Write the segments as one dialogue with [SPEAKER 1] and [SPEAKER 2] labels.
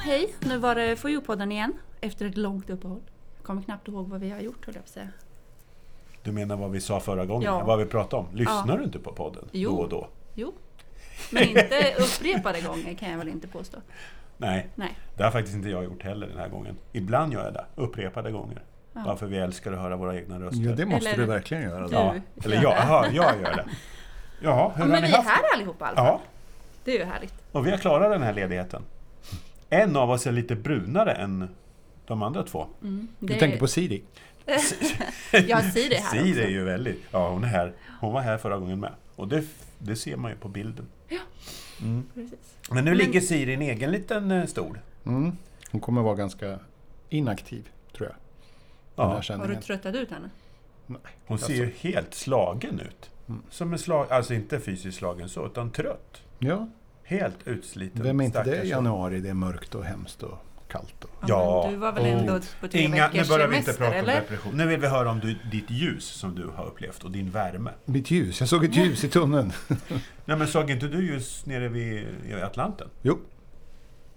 [SPEAKER 1] hej! Nu var det FoU-podden igen efter ett långt uppehåll. Jag kommer knappt ihåg vad vi har gjort höll jag på att säga.
[SPEAKER 2] Du menar vad vi sa förra gången?
[SPEAKER 1] Ja.
[SPEAKER 2] Vad vi pratade om? Lyssnar
[SPEAKER 1] Ja.
[SPEAKER 2] du inte på podden
[SPEAKER 1] Jo.
[SPEAKER 2] då och då?
[SPEAKER 1] Jo, men inte upprepade gånger kan jag väl inte påstå.
[SPEAKER 2] Nej,
[SPEAKER 1] Nej.
[SPEAKER 2] det har faktiskt inte jag gjort heller den här gången. Ibland gör jag det, upprepade gånger.
[SPEAKER 1] Ja.
[SPEAKER 2] Bara för vi älskar att höra våra egna röster.
[SPEAKER 3] Ja, det måste
[SPEAKER 1] Eller-
[SPEAKER 3] du verkligen göra.
[SPEAKER 1] Du.
[SPEAKER 3] Då.
[SPEAKER 2] Ja, Eller jag, jaha, jag gör det. Jaha, hur
[SPEAKER 1] Ja,
[SPEAKER 2] har
[SPEAKER 1] men
[SPEAKER 2] ni
[SPEAKER 1] vi är
[SPEAKER 2] haft
[SPEAKER 1] här allihopa i alla fall.
[SPEAKER 2] Ja,
[SPEAKER 1] Det är ju härligt.
[SPEAKER 2] och vi har klarat den här ledigheten. En av oss är lite brunare än de andra två.
[SPEAKER 3] Du
[SPEAKER 1] Det-
[SPEAKER 3] tänker på Siri.
[SPEAKER 1] Ja, Siri är här
[SPEAKER 2] Siri är
[SPEAKER 1] också.
[SPEAKER 2] ju väldigt... Ja, hon är här. Hon var här förra gången med. Och det, det ser man ju på bilden. Mm.
[SPEAKER 1] Precis.
[SPEAKER 2] Men nu
[SPEAKER 1] Men-
[SPEAKER 2] ligger Siri i en egen liten eh, stol.
[SPEAKER 3] Mm. Hon kommer vara ganska inaktiv, tror jag. Den här
[SPEAKER 2] Ja,
[SPEAKER 1] Har du
[SPEAKER 3] sändningen.
[SPEAKER 1] tröttat ut henne?
[SPEAKER 3] Nej.
[SPEAKER 2] hon ser ju
[SPEAKER 3] alltså-
[SPEAKER 2] helt slagen ut.
[SPEAKER 3] Mm.
[SPEAKER 2] Som en slag, alltså inte fysiskt slagen så, utan trött.
[SPEAKER 3] Ja,
[SPEAKER 2] Helt utsliten.
[SPEAKER 3] vem är inte
[SPEAKER 2] stackars-
[SPEAKER 3] det i januari? Det är mörkt och hemskt och kallt. Och...
[SPEAKER 2] Ja, oh.
[SPEAKER 1] men Du var väl
[SPEAKER 3] och-
[SPEAKER 1] ändå på tre
[SPEAKER 2] Inga, nu
[SPEAKER 1] veckors
[SPEAKER 2] börjar vi inte
[SPEAKER 1] semester,
[SPEAKER 2] prata om
[SPEAKER 1] eller?
[SPEAKER 2] depression. Nu vill vi höra om du, ditt ljus som du har upplevt och din värme.
[SPEAKER 3] Mitt ljus, jag såg ett ljus i tunneln.
[SPEAKER 2] Nej men såg inte du ljus nere vid i Atlanten?
[SPEAKER 3] Jo,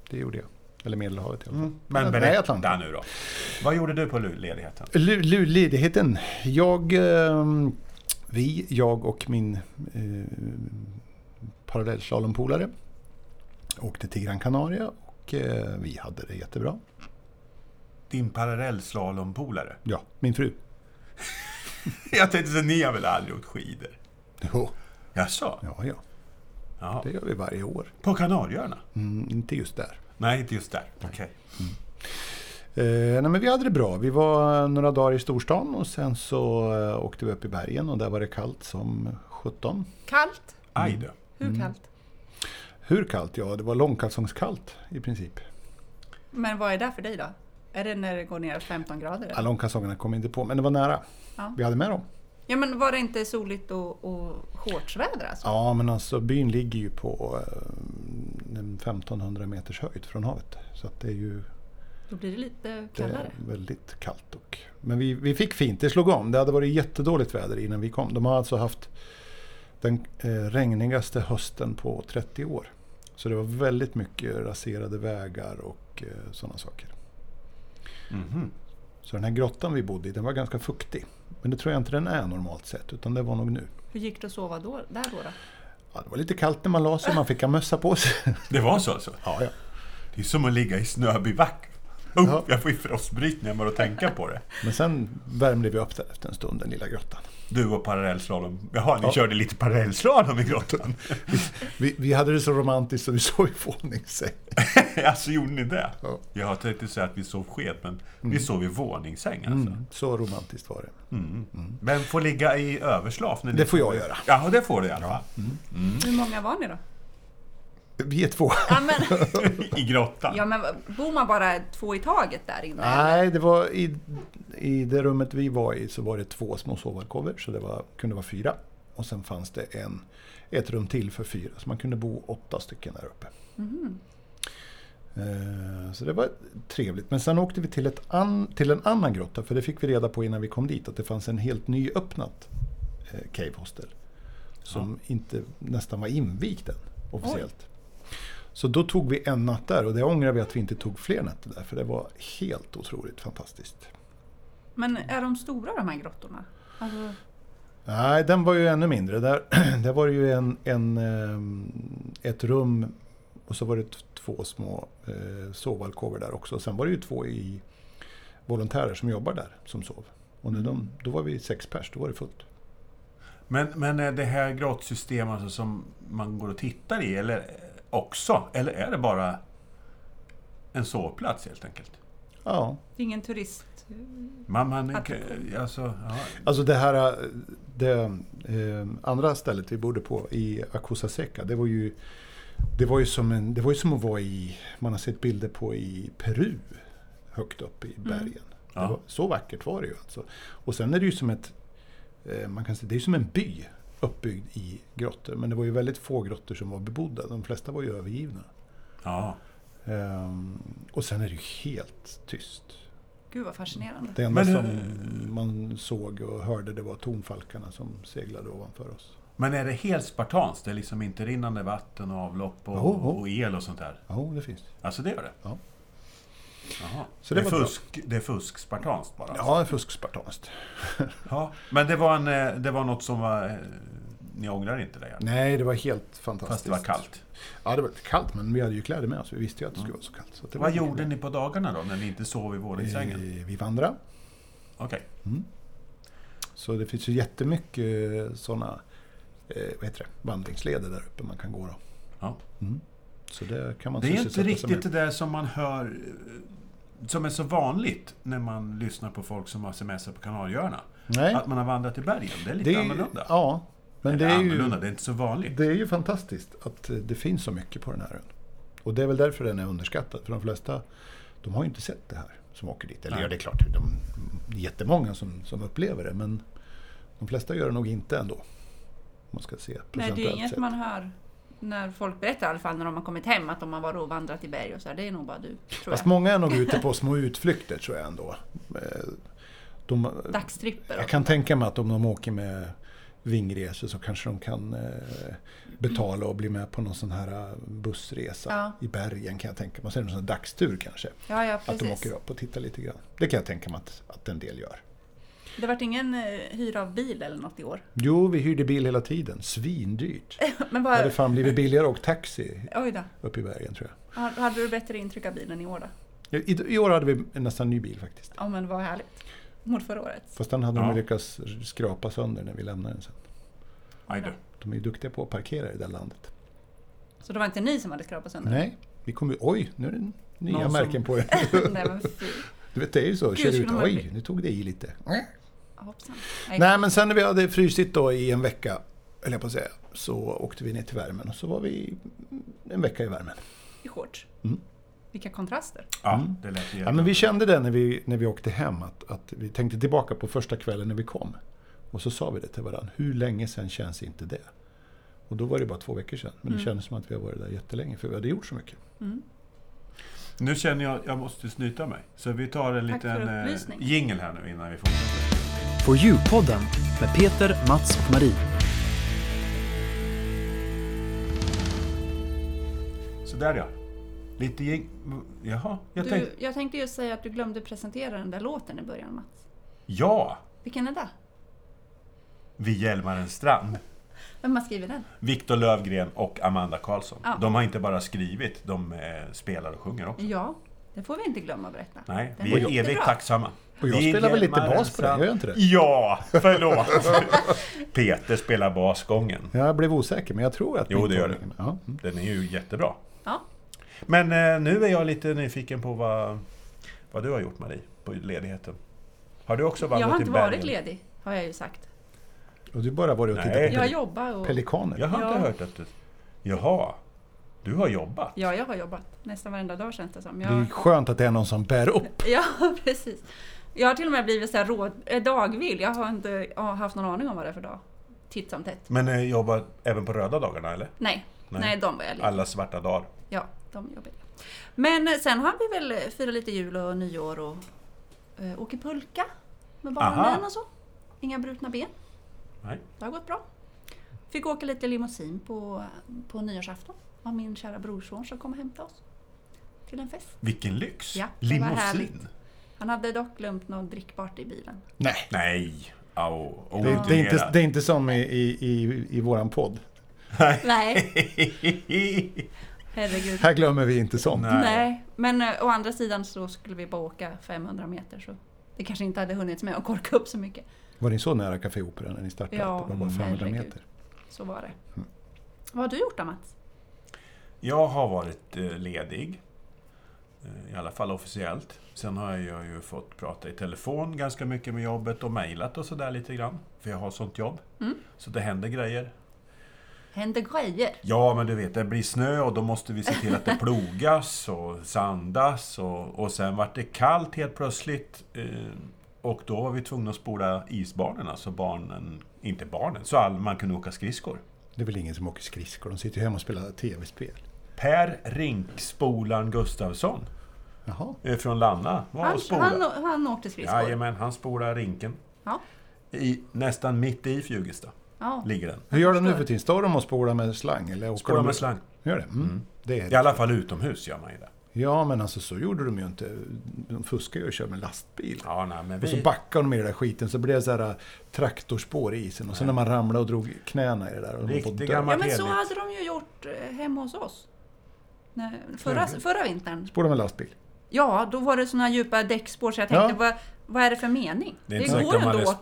[SPEAKER 3] det gjorde jag. Eller Medelhavet i alla fall.
[SPEAKER 2] Men
[SPEAKER 3] Mm. Nej,
[SPEAKER 2] berätta
[SPEAKER 3] Atlanten.
[SPEAKER 2] nu då. Vad gjorde du på lu- ledigheten?
[SPEAKER 3] Lu- lu- Ledigheten. Jag, ehm, vi, jag och min eh, parallellslalom-polare åkte till Gran Canaria och eh, vi hade det jättebra.
[SPEAKER 2] Din parallellslalompolare.
[SPEAKER 3] Ja, min fru.
[SPEAKER 2] Jag tänkte så ni har väl aldrig åkt skidor?
[SPEAKER 3] Jo,
[SPEAKER 2] Jaså?
[SPEAKER 3] ja, ja.
[SPEAKER 2] Jaha.
[SPEAKER 3] Det gör vi varje år.
[SPEAKER 2] På Kanarieöarna?
[SPEAKER 3] Mm, inte just där.
[SPEAKER 2] Nej, inte just där. Okej.
[SPEAKER 3] Mm. Eh, nej, men vi hade det bra. Vi var några dagar i storstan och sen så eh, åkte vi upp i bergen och där var det kallt som 17.
[SPEAKER 1] Kallt?
[SPEAKER 2] Aj då.
[SPEAKER 1] Hur kallt?
[SPEAKER 3] Hur kallt? Ja, det var långkalsongskallt i princip.
[SPEAKER 1] Men vad är det för dig då? Är det när det går ner 15 grader?
[SPEAKER 3] Ja,
[SPEAKER 1] Eller?
[SPEAKER 3] långkalsongerna kom inte på, men det var nära.
[SPEAKER 1] Ja.
[SPEAKER 3] Vi hade med dem.
[SPEAKER 1] Ja, men var det inte soligt och, och shortsväder alltså?
[SPEAKER 3] Ja, men alltså byn ligger ju på eh, en 1500 meters höjd från havet. Så att det är ju
[SPEAKER 1] Då blir det lite
[SPEAKER 3] det
[SPEAKER 1] kallare.
[SPEAKER 3] är väldigt kallt. Och, men vi, vi fick fint, det slog om. Det hade varit jättedåligt väder innan vi kom. De har alltså haft den eh, regnigaste hösten på 30 år. Så det var väldigt mycket raserade vägar och eh, sådana saker.
[SPEAKER 2] Mhm.
[SPEAKER 3] Så den här grottan vi bodde i, den var ganska fuktig. Men det tror jag inte den är normalt sett, utan det var nog nu.
[SPEAKER 1] Hur gick det att sova då, där då?
[SPEAKER 2] Mm.
[SPEAKER 1] då?
[SPEAKER 3] Ja, det var lite kallt när man la sig, man fick ha mössa på sig.
[SPEAKER 2] Det var så alltså?
[SPEAKER 3] ja, ja.
[SPEAKER 2] Det är som att ligga i snöbivack. Oh,
[SPEAKER 3] Ja.
[SPEAKER 2] Jag får ju frostbrytningar bara att tänka på det.
[SPEAKER 3] Men sen värmde vi upp där efter en stund, den lilla grottan.
[SPEAKER 2] Du och parallellslalom. Jaha, ni
[SPEAKER 3] Ja.
[SPEAKER 2] körde lite parallellslalom i grottan?
[SPEAKER 3] Vi, vi hade det så romantiskt så vi sov i våningssäng.
[SPEAKER 2] alltså, gjorde ni det?
[SPEAKER 3] Ja.
[SPEAKER 2] Jag tänkte säga att vi sov sked, men vi sov i våningssäng alltså.
[SPEAKER 3] Mm, så romantiskt var det.
[SPEAKER 2] Vem får ligga i överslaf? När ni
[SPEAKER 3] Det får jag göra.
[SPEAKER 2] Jaha, det får du i alla fall.
[SPEAKER 1] Hur många var ni då?
[SPEAKER 3] Vi är två.
[SPEAKER 1] Ja, men,
[SPEAKER 2] I grottan.
[SPEAKER 1] ja, men bor man bara två i taget där inne?
[SPEAKER 3] Nej, det var i, i det rummet vi var i så var det två små sovalkover, så det var, kunde vara fyra. Och sen fanns det en, ett rum till för fyra, så man kunde bo åtta stycken där uppe. Eh, Så det var trevligt. Men sen åkte vi till, ett an, till en annan grotta, för det fick vi reda på innan vi kom dit, att det fanns en helt nyöppnat eh, Cave Hostel. Som inte nästan var invigt än, officiellt. Så då tog vi en natt där och det ångrar vi att vi inte tog fler nätter där för det var helt otroligt fantastiskt.
[SPEAKER 1] Men är de stora de här grottorna? Alltså,
[SPEAKER 3] Nej, den var ju ännu mindre. Där, där var det ju en, en, ehm, ett rum och så var det t- två små eh, sovalkover där också. Sen var det ju två i volontärer som jobbar där som sov. Och när de, då var vi sex pers, då var det fullt.
[SPEAKER 2] Men, men är det här grottsystem alltså som man går och tittar i eller eh, också? Eller är det bara en sovplats helt enkelt?
[SPEAKER 3] Ja,
[SPEAKER 1] det är ingen turist...
[SPEAKER 2] Mamma, ni,
[SPEAKER 1] Attraktion.
[SPEAKER 2] alltså, ja.
[SPEAKER 3] Alltså det här eh, det, eh, andra stället vi bodde på i Akosa Seca, det var ju det var ju, som en, det var ju som att vara i, man har sett bilder på i Peru, högt upp i bergen.
[SPEAKER 2] Ja.
[SPEAKER 3] Det var, så vackert var det ju alltså. Och sen är det ju som ett, eh, man kan säga, det är ju som en by uppbyggd i grottor. Men det var ju väldigt få grottor som var bebodda, de flesta var ju övergivna.
[SPEAKER 2] ja.
[SPEAKER 3] Ehm, och sen är det ju helt tyst.
[SPEAKER 1] Gud vad fascinerande.
[SPEAKER 3] Det enda
[SPEAKER 2] Men,
[SPEAKER 3] som
[SPEAKER 2] eh,
[SPEAKER 3] man såg och hörde det var tonfalkarna som seglade ovanför oss.
[SPEAKER 2] Men är det helt spartanskt? Det är liksom inte rinnande vatten och avlopp och,
[SPEAKER 3] Jo, jo.
[SPEAKER 2] och el och sånt där?
[SPEAKER 3] Ja, det finns.
[SPEAKER 2] Alltså det gör det?
[SPEAKER 3] Ja.
[SPEAKER 2] Jaha.
[SPEAKER 3] Så
[SPEAKER 2] det,
[SPEAKER 3] det
[SPEAKER 2] är
[SPEAKER 3] var bra.
[SPEAKER 2] fusk, det är fusk spartanskt bara? alltså?
[SPEAKER 3] Ja, fuskspartanskt.
[SPEAKER 2] Ja. Men det var, en, eh, det var något som var... eh, Ni ångrar inte det? Gerd?
[SPEAKER 3] Nej, det var helt fantastiskt.
[SPEAKER 2] Fast det var kallt.
[SPEAKER 3] Ja, det var lite kallt, men vi hade ju kläder med oss. Vi visste ju att det skulle vara så kallt. Så att det
[SPEAKER 2] Vad
[SPEAKER 3] var-
[SPEAKER 2] gjorde ni på dagarna då, när ni inte sov i våningssängen?
[SPEAKER 3] Eh, Vi vandrade.
[SPEAKER 2] Okej.
[SPEAKER 3] Så det finns ju jättemycket sådana eh, vad heter det, vandringsleder där uppe man kan gå. Då. Mm.
[SPEAKER 2] Ja.
[SPEAKER 3] Så det kan man
[SPEAKER 2] Det är inte
[SPEAKER 3] sysselsätta sig
[SPEAKER 2] riktigt
[SPEAKER 3] med.
[SPEAKER 2] det där som man hör, eh, som är så vanligt när man lyssnar på folk som har semester på Kanarieöarna.
[SPEAKER 3] Nej,
[SPEAKER 2] Att man har vandrat i bergen, det är lite
[SPEAKER 3] det är,
[SPEAKER 2] annorlunda.
[SPEAKER 3] Ja, men det
[SPEAKER 2] Eller
[SPEAKER 3] är, ju,
[SPEAKER 2] annorlunda, det är inte så vanligt.
[SPEAKER 3] det är ju fantastiskt att eh, det finns så mycket på den här ön. Och det är väl därför den är underskattad. För de flesta de har ju inte sett det här som åker dit. Eller
[SPEAKER 2] Nej.
[SPEAKER 3] ja, det är klart, de, det är jättemånga som, som upplever det. Men de flesta gör det nog inte ändå. Om man ska se
[SPEAKER 1] Nej, det är
[SPEAKER 3] procentuellt
[SPEAKER 1] inget
[SPEAKER 3] sett.
[SPEAKER 1] man hör när folk berättar i alla fall när de har kommit hem att de har varit och vandrat i berg och så här. Det är nog bara du, tror
[SPEAKER 3] Fast
[SPEAKER 1] jag.
[SPEAKER 3] många är nog ute på små utflykter tror jag ändå. Eh, De,
[SPEAKER 1] Dagstripper.
[SPEAKER 3] Jag
[SPEAKER 1] och-
[SPEAKER 3] kan tänka mig att om de åker med vingresor så kanske de kan eh, betala och bli med på någon sån här eh, bussresa
[SPEAKER 1] Ja.
[SPEAKER 3] i bergen kan jag tänka mig. Sen en sån här dagstur kanske.
[SPEAKER 1] Ja, ja,
[SPEAKER 3] Att de
[SPEAKER 1] precis.
[SPEAKER 3] åker upp och tittar lite grann. Det kan jag tänka mig att, att en del gör.
[SPEAKER 1] Det vart ingen eh, hyra av bil eller något i år.
[SPEAKER 3] Jo, vi hyrde bil hela tiden. Svindyrt.
[SPEAKER 1] Men
[SPEAKER 3] Det hade
[SPEAKER 1] vad...
[SPEAKER 3] fan blivit billigare att åka taxi
[SPEAKER 1] Oj då.
[SPEAKER 3] upp i bergen tror jag.
[SPEAKER 1] Ha- Hade du bättre intryck av bilen i år då?
[SPEAKER 3] I, I år hade vi en nästan ny bil faktiskt.
[SPEAKER 1] Ja, men vad härligt. Mot förra året.
[SPEAKER 3] Fast den hade
[SPEAKER 2] Ja.
[SPEAKER 3] de lyckats skrapa sönder när vi lämnade den sen.
[SPEAKER 2] Aj då.
[SPEAKER 3] De är ju duktiga på att parkera i det där landet.
[SPEAKER 1] Så det var inte ni som hade skrapat sönder
[SPEAKER 3] Nej, vi kom ju... Oj, nu är det nya
[SPEAKER 2] Någon som-
[SPEAKER 3] märken på er.
[SPEAKER 1] den? Nej, men fy.
[SPEAKER 3] Du vet, det är ju så. Kör
[SPEAKER 1] skulle
[SPEAKER 3] ut,
[SPEAKER 1] man
[SPEAKER 3] oj,
[SPEAKER 1] bli-
[SPEAKER 3] nu tog det i lite.
[SPEAKER 1] Hoppsan.
[SPEAKER 3] Nej, men sen när vi hade frysit då i en vecka, höll jag på att säga, så åkte vi ner till värmen och så var vi en vecka i värmen.
[SPEAKER 1] I shorts.
[SPEAKER 3] Mm.
[SPEAKER 1] Vilka kontraster.
[SPEAKER 2] Ja, det lät ju
[SPEAKER 3] Ja, men vi kände det när vi, när vi åkte hem, att, att vi tänkte tillbaka på första kvällen när vi kom. Och så sa vi det till varandra, hur länge sen känns inte det? Och då var det bara två veckor sedan, men
[SPEAKER 1] Mm.
[SPEAKER 3] det kändes som att vi har varit där jättelänge, för vi hade gjort så mycket.
[SPEAKER 2] Nu känner jag att jag måste snyta mig. Så vi tar en
[SPEAKER 1] Tack för
[SPEAKER 2] liten eh,
[SPEAKER 1] upplysning.
[SPEAKER 2] jingle här nu innan vi fortsätter.
[SPEAKER 4] For You-podden med Peter, Mats och Marie.
[SPEAKER 2] Så där ja. Lite jing... Jaha, jag tänkte...
[SPEAKER 1] Du, jag tänkte just säga att du glömde presentera den där låten i början, Mats.
[SPEAKER 2] Ja!
[SPEAKER 1] Vilken är det?
[SPEAKER 2] Vid Hjälmarens strand.
[SPEAKER 1] Vem har skrivit den?
[SPEAKER 2] Viktor Lövgren och Amanda Karlsson.
[SPEAKER 1] Ja.
[SPEAKER 2] De har inte bara skrivit, de eh, spelar och sjunger också.
[SPEAKER 1] Ja, det får vi inte glömma att berätta.
[SPEAKER 2] Nej,
[SPEAKER 1] Den
[SPEAKER 2] vi
[SPEAKER 1] var
[SPEAKER 2] är
[SPEAKER 1] jättebra.
[SPEAKER 2] evigt tacksamma.
[SPEAKER 3] Och jag
[SPEAKER 2] Det är
[SPEAKER 3] spelar väl lite
[SPEAKER 2] Hjälmarens
[SPEAKER 3] bas på den,
[SPEAKER 2] strand.
[SPEAKER 3] gör jag inte det?
[SPEAKER 2] Ja, förlåt! Peter spelar basgången.
[SPEAKER 3] Jag blev osäker, men jag tror att...
[SPEAKER 2] Jo,
[SPEAKER 3] min
[SPEAKER 2] det gör
[SPEAKER 3] tolkning- Ja. mm.
[SPEAKER 2] Den är ju jättebra.
[SPEAKER 1] Ja,
[SPEAKER 2] Men eh, nu är jag lite nyfiken på vad, vad du har gjort Marie, på ledigheten. Har du också vandrat
[SPEAKER 1] jag har inte
[SPEAKER 2] i
[SPEAKER 1] varit
[SPEAKER 2] bergen?
[SPEAKER 1] ledig, har jag ju sagt.
[SPEAKER 3] Och du bara varit
[SPEAKER 2] Nej.
[SPEAKER 3] och tittat på
[SPEAKER 1] Jag
[SPEAKER 3] peli-
[SPEAKER 1] jobbar och...
[SPEAKER 3] pelikaner.
[SPEAKER 2] Jag har
[SPEAKER 1] Ja.
[SPEAKER 2] inte hört att du... Jaha, du har jobbat?
[SPEAKER 1] Ja, jag har jobbat nästan varenda dag känns det som.
[SPEAKER 3] Det är
[SPEAKER 1] Jag...
[SPEAKER 3] skönt att det är någon som bär upp.
[SPEAKER 1] Ja, precis. Jag har till och med blivit så här råd... eh, dagvill. Jag har inte ja, haft någon aning om vad det är för dag. Titt som tätt.
[SPEAKER 2] Men eh, jobbar även på röda dagarna eller?
[SPEAKER 1] Nej,
[SPEAKER 2] Nej.
[SPEAKER 1] nej, de var jag ledig.
[SPEAKER 2] Alla svarta dagar.
[SPEAKER 1] Ja, de jobbar jag. Men eh, sen har vi väl eh, firat lite jul och nyår och eh, åker pulka med barnen
[SPEAKER 2] Aha.
[SPEAKER 1] och så. Inga brutna ben.
[SPEAKER 2] Nej.
[SPEAKER 1] Det har gått bra. Fick åka lite limousin på, på nyårsafton av min kära brorson som kom och hämtade oss till en fest.
[SPEAKER 2] Vilken lyx!
[SPEAKER 1] Ja, det var härligt.
[SPEAKER 2] Limousin!
[SPEAKER 1] Han hade dock glömt något drickbart i bilen.
[SPEAKER 3] Nej.
[SPEAKER 2] Nej! Au,
[SPEAKER 3] Det är, det, är inte, det är inte som i, i, i, i våran podd.
[SPEAKER 1] Nej,
[SPEAKER 2] inte...
[SPEAKER 1] herregud.
[SPEAKER 3] Här glömmer vi inte sånt.
[SPEAKER 2] Nej.
[SPEAKER 1] Nej, men eh, å andra sidan så skulle vi bara åka 500 meter så det kanske inte hade hunnit med att korka upp så mycket.
[SPEAKER 3] Var ni så nära Café Opera när ni startade?
[SPEAKER 1] Ja,
[SPEAKER 3] det var bara 500
[SPEAKER 1] herregud.
[SPEAKER 3] meter.
[SPEAKER 1] Så var det.
[SPEAKER 2] Mm.
[SPEAKER 1] Vad har du gjort då Mats?
[SPEAKER 2] Jag har varit eh, ledig. eh, I alla fall officiellt. Sen har jag ju fått prata i telefon ganska mycket med jobbet och mejlat och sådär lite grann. För jag har sånt jobb.
[SPEAKER 1] Mm.
[SPEAKER 2] Så det händer grejer.
[SPEAKER 1] Händer grejer.
[SPEAKER 2] Ja, men du vet, det blir snö och då måste vi se till att det plogas och sandas. Och, och sen vart det kallt helt plötsligt. eh, Och då var vi tvungna att spola isbanorna så barnen, inte barnen, så all, man kunde åka skridskor.
[SPEAKER 3] Det är väl ingen som åker skridskor? De sitter ju hemma och spelar tv-spel.
[SPEAKER 2] Per Rinkspolaren Gustafsson
[SPEAKER 3] Jaha.
[SPEAKER 2] eh, från Lanna var
[SPEAKER 1] Han,
[SPEAKER 2] och spolade.
[SPEAKER 1] han, han åkte skridskor.
[SPEAKER 2] Jajamän, han spolar rinken.
[SPEAKER 1] Ja.
[SPEAKER 2] I, nästan mitt i Fjugesta
[SPEAKER 1] Ja.
[SPEAKER 2] ligger den.
[SPEAKER 3] Hur gör de nu
[SPEAKER 1] förstår.
[SPEAKER 3] för tiden? Står de och spolar med slang? Eller åker
[SPEAKER 2] Spolar
[SPEAKER 3] de
[SPEAKER 2] med slang.
[SPEAKER 3] Gör det? Mm. det är,
[SPEAKER 2] I alla fall utomhus gör man ju det.
[SPEAKER 3] Ja, men alltså så gjorde de ju inte. De fuskar ju och kör med lastbil.
[SPEAKER 2] Ja, nej, men
[SPEAKER 3] Och så
[SPEAKER 2] vi...
[SPEAKER 3] backade de med i den där skiten, så blev det så här äh, traktorspår i isen. Och sen när man ramlade och drog knäna i det där. Och de
[SPEAKER 2] Riktig
[SPEAKER 3] fått dö.
[SPEAKER 2] gammal-
[SPEAKER 1] Ja, men så
[SPEAKER 2] trevligt.
[SPEAKER 1] hade de ju gjort eh, hemma hos oss. Nej, Förra,
[SPEAKER 2] Mm.
[SPEAKER 1] förra vintern.
[SPEAKER 3] Spår de en lastbil?
[SPEAKER 1] Ja, då var det såna djupa däckspår så jag tänkte,
[SPEAKER 3] Ja.
[SPEAKER 1] vad, vad är det för mening?
[SPEAKER 2] Det är inte säkert de hade stor...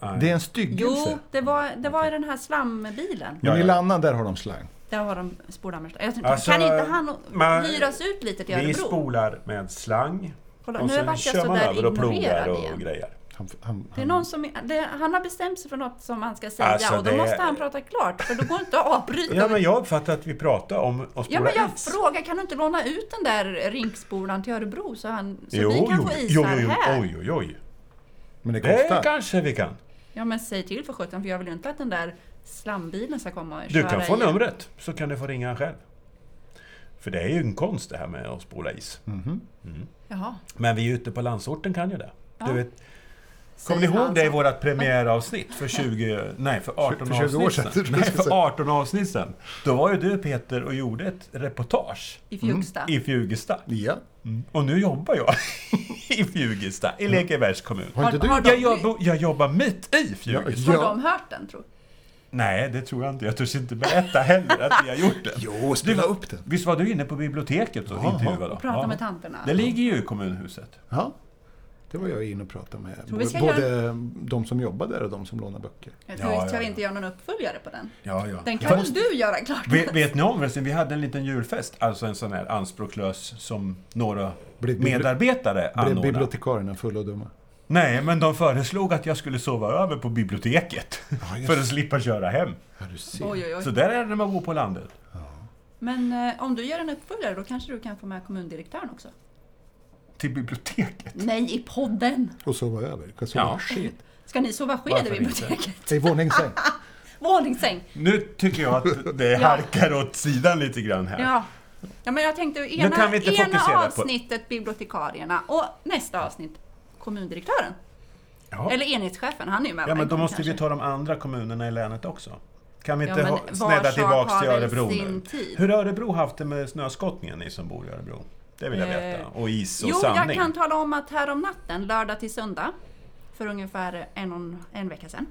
[SPEAKER 2] Nej.
[SPEAKER 3] Det är en
[SPEAKER 1] Jo,
[SPEAKER 3] styggelse.
[SPEAKER 1] det var, det var i den här slambilen.
[SPEAKER 2] Ja,
[SPEAKER 3] Men i
[SPEAKER 2] ja.
[SPEAKER 3] Lannan, där har de slang.
[SPEAKER 1] Där har de spårdammar. Jag tänkte,
[SPEAKER 2] Alltså,
[SPEAKER 1] kan inte han
[SPEAKER 2] man-
[SPEAKER 1] hyras ut lite till
[SPEAKER 2] Vi
[SPEAKER 1] Örebro?
[SPEAKER 2] spolar med slang.
[SPEAKER 1] Kolla,
[SPEAKER 2] Och
[SPEAKER 1] nu
[SPEAKER 2] sen
[SPEAKER 1] vart jag
[SPEAKER 2] kör man
[SPEAKER 1] sådär
[SPEAKER 2] över och
[SPEAKER 1] ignorerad
[SPEAKER 2] plogar och
[SPEAKER 1] igen.
[SPEAKER 2] grejer.
[SPEAKER 3] Han, han,
[SPEAKER 1] Det är
[SPEAKER 3] han,
[SPEAKER 1] någon som, det, han har bestämt sig för något som han ska säga
[SPEAKER 2] Alltså,
[SPEAKER 1] och då
[SPEAKER 2] det-
[SPEAKER 1] måste han prata klart för då går det inte att avbryta.
[SPEAKER 2] Ja, men jag uppfattar att vi pratar om att
[SPEAKER 1] Ja,
[SPEAKER 2] spola
[SPEAKER 1] men jag
[SPEAKER 2] is.
[SPEAKER 1] frågar, kan du inte låna ut den där rinksporan till Örebro så, han, så
[SPEAKER 2] jo,
[SPEAKER 1] vi kan
[SPEAKER 2] jo,
[SPEAKER 1] få isar
[SPEAKER 2] jo, jo,
[SPEAKER 1] här?
[SPEAKER 2] oj, oj, oj.
[SPEAKER 3] men det
[SPEAKER 2] Det
[SPEAKER 3] kostar.
[SPEAKER 2] kanske vi kan.
[SPEAKER 1] Ja, men säg till för sjutton, för jag vill ju inte att den där slambilen ska komma och
[SPEAKER 2] Du
[SPEAKER 1] köra
[SPEAKER 2] kan få
[SPEAKER 1] igen.
[SPEAKER 2] numret, så kan du få ringa själv. För det är ju en konst det här med att spola is.
[SPEAKER 1] Jaha.
[SPEAKER 2] Men vi ute på landsorten kan ju det.
[SPEAKER 1] Ja.
[SPEAKER 2] Du vet,
[SPEAKER 1] säger
[SPEAKER 2] kommer ni ihåg
[SPEAKER 1] han
[SPEAKER 2] det i
[SPEAKER 1] så.
[SPEAKER 2] vårt premiäravsnitt för 20... Nej, för 18
[SPEAKER 3] För 20 år
[SPEAKER 2] avsnitt
[SPEAKER 3] sedan,
[SPEAKER 2] sedan.
[SPEAKER 3] tror jag
[SPEAKER 2] Nej,
[SPEAKER 3] skulle
[SPEAKER 2] för
[SPEAKER 3] säga.
[SPEAKER 2] 18 avsnitt sedan. Då var ju du Peter och gjorde ett reportage
[SPEAKER 1] I Fjugsta.
[SPEAKER 2] Mm. i Fjugesta.
[SPEAKER 3] Ja.
[SPEAKER 2] Och nu jobbar jag i Fjugesta, i Lekebergs kommun.
[SPEAKER 3] Har inte du
[SPEAKER 1] har
[SPEAKER 2] Jag,
[SPEAKER 1] de,
[SPEAKER 2] jobbo, jag jobbar mitt i Fjugesta.
[SPEAKER 1] Har
[SPEAKER 3] Ja.
[SPEAKER 1] de hört den, tror
[SPEAKER 2] Nej, det tror jag inte. Jag törs inte berätta heller att vi har gjort det.
[SPEAKER 3] Jo, spela
[SPEAKER 2] Du-
[SPEAKER 3] upp den.
[SPEAKER 2] Visst var du inne på biblioteket och
[SPEAKER 3] Jaha.
[SPEAKER 2] intervjuade?
[SPEAKER 1] Och prata
[SPEAKER 2] Ja.
[SPEAKER 1] med tanterna.
[SPEAKER 2] Det ligger ju i kommunhuset.
[SPEAKER 3] Ja. Det var jag inne och pratade med.
[SPEAKER 1] Tror vi ska
[SPEAKER 3] Både de som jobbar där och de som lånar böcker.
[SPEAKER 1] Jag
[SPEAKER 2] Ja,
[SPEAKER 1] tror visst
[SPEAKER 2] ja,
[SPEAKER 1] ska vi
[SPEAKER 2] ja.
[SPEAKER 1] inte göra någon uppföljare på den.
[SPEAKER 2] Ja, ja.
[SPEAKER 1] Den kan väl du göra klart?
[SPEAKER 2] Vet, vet ni om förresten, vi hade en liten julfest, alltså en sån här anspråklös som några
[SPEAKER 3] Blev bibli-
[SPEAKER 2] medarbetare
[SPEAKER 3] Blev
[SPEAKER 2] anordnade.
[SPEAKER 3] bibliotekarierna fulla och dumma?
[SPEAKER 2] Nej, men de föreslog att jag skulle sova över på biblioteket
[SPEAKER 3] just.
[SPEAKER 2] för att slippa köra hem.
[SPEAKER 3] Ja, du ser.
[SPEAKER 1] Oj, oj,
[SPEAKER 2] Så
[SPEAKER 1] oj.
[SPEAKER 2] där är det när man bor på landet.
[SPEAKER 1] Men eh, om du gör en uppföljare, då kanske du kan få med kommundirektören också?
[SPEAKER 2] Till biblioteket.
[SPEAKER 1] Nej, i podden!
[SPEAKER 3] Och sova över. Kan sova
[SPEAKER 2] Ja.
[SPEAKER 3] sked.
[SPEAKER 1] Ska ni sova sked i
[SPEAKER 2] Varför inte?
[SPEAKER 1] biblioteket?
[SPEAKER 3] I våningssäng.
[SPEAKER 1] Våningssäng!
[SPEAKER 2] Nu tycker jag att det
[SPEAKER 1] Ja.
[SPEAKER 2] halkar åt sidan lite grann här.
[SPEAKER 1] Ja. ja, men jag tänkte ena,
[SPEAKER 2] kan vi inte fokusera
[SPEAKER 1] ena
[SPEAKER 2] på-
[SPEAKER 1] avsnittet bibliotekarierna och nästa avsnitt kommundirektören.
[SPEAKER 2] Ja.
[SPEAKER 1] Eller enhetschefen, han är ju med
[SPEAKER 2] Ja,
[SPEAKER 1] varje
[SPEAKER 2] men då
[SPEAKER 1] gång
[SPEAKER 2] måste vi
[SPEAKER 1] kanske.
[SPEAKER 2] ta de andra kommunerna i länet också. Kan vi
[SPEAKER 1] Ja,
[SPEAKER 2] inte
[SPEAKER 1] men
[SPEAKER 2] ha-
[SPEAKER 1] var
[SPEAKER 2] snedda
[SPEAKER 1] sak
[SPEAKER 2] tillbaks
[SPEAKER 1] har
[SPEAKER 2] till
[SPEAKER 1] väl
[SPEAKER 2] Örebro
[SPEAKER 1] sin
[SPEAKER 2] nu?
[SPEAKER 1] tid.
[SPEAKER 2] Hur har Örebro haft det med snöskottningen, ni som bor i Örebro? Det vill jag
[SPEAKER 1] Eh,
[SPEAKER 2] veta. Och is och
[SPEAKER 1] Jo, jag
[SPEAKER 2] sandning.
[SPEAKER 1] kan tala om att här om natten, lördag till söndag, för ungefär en, och en- en vecka sedan,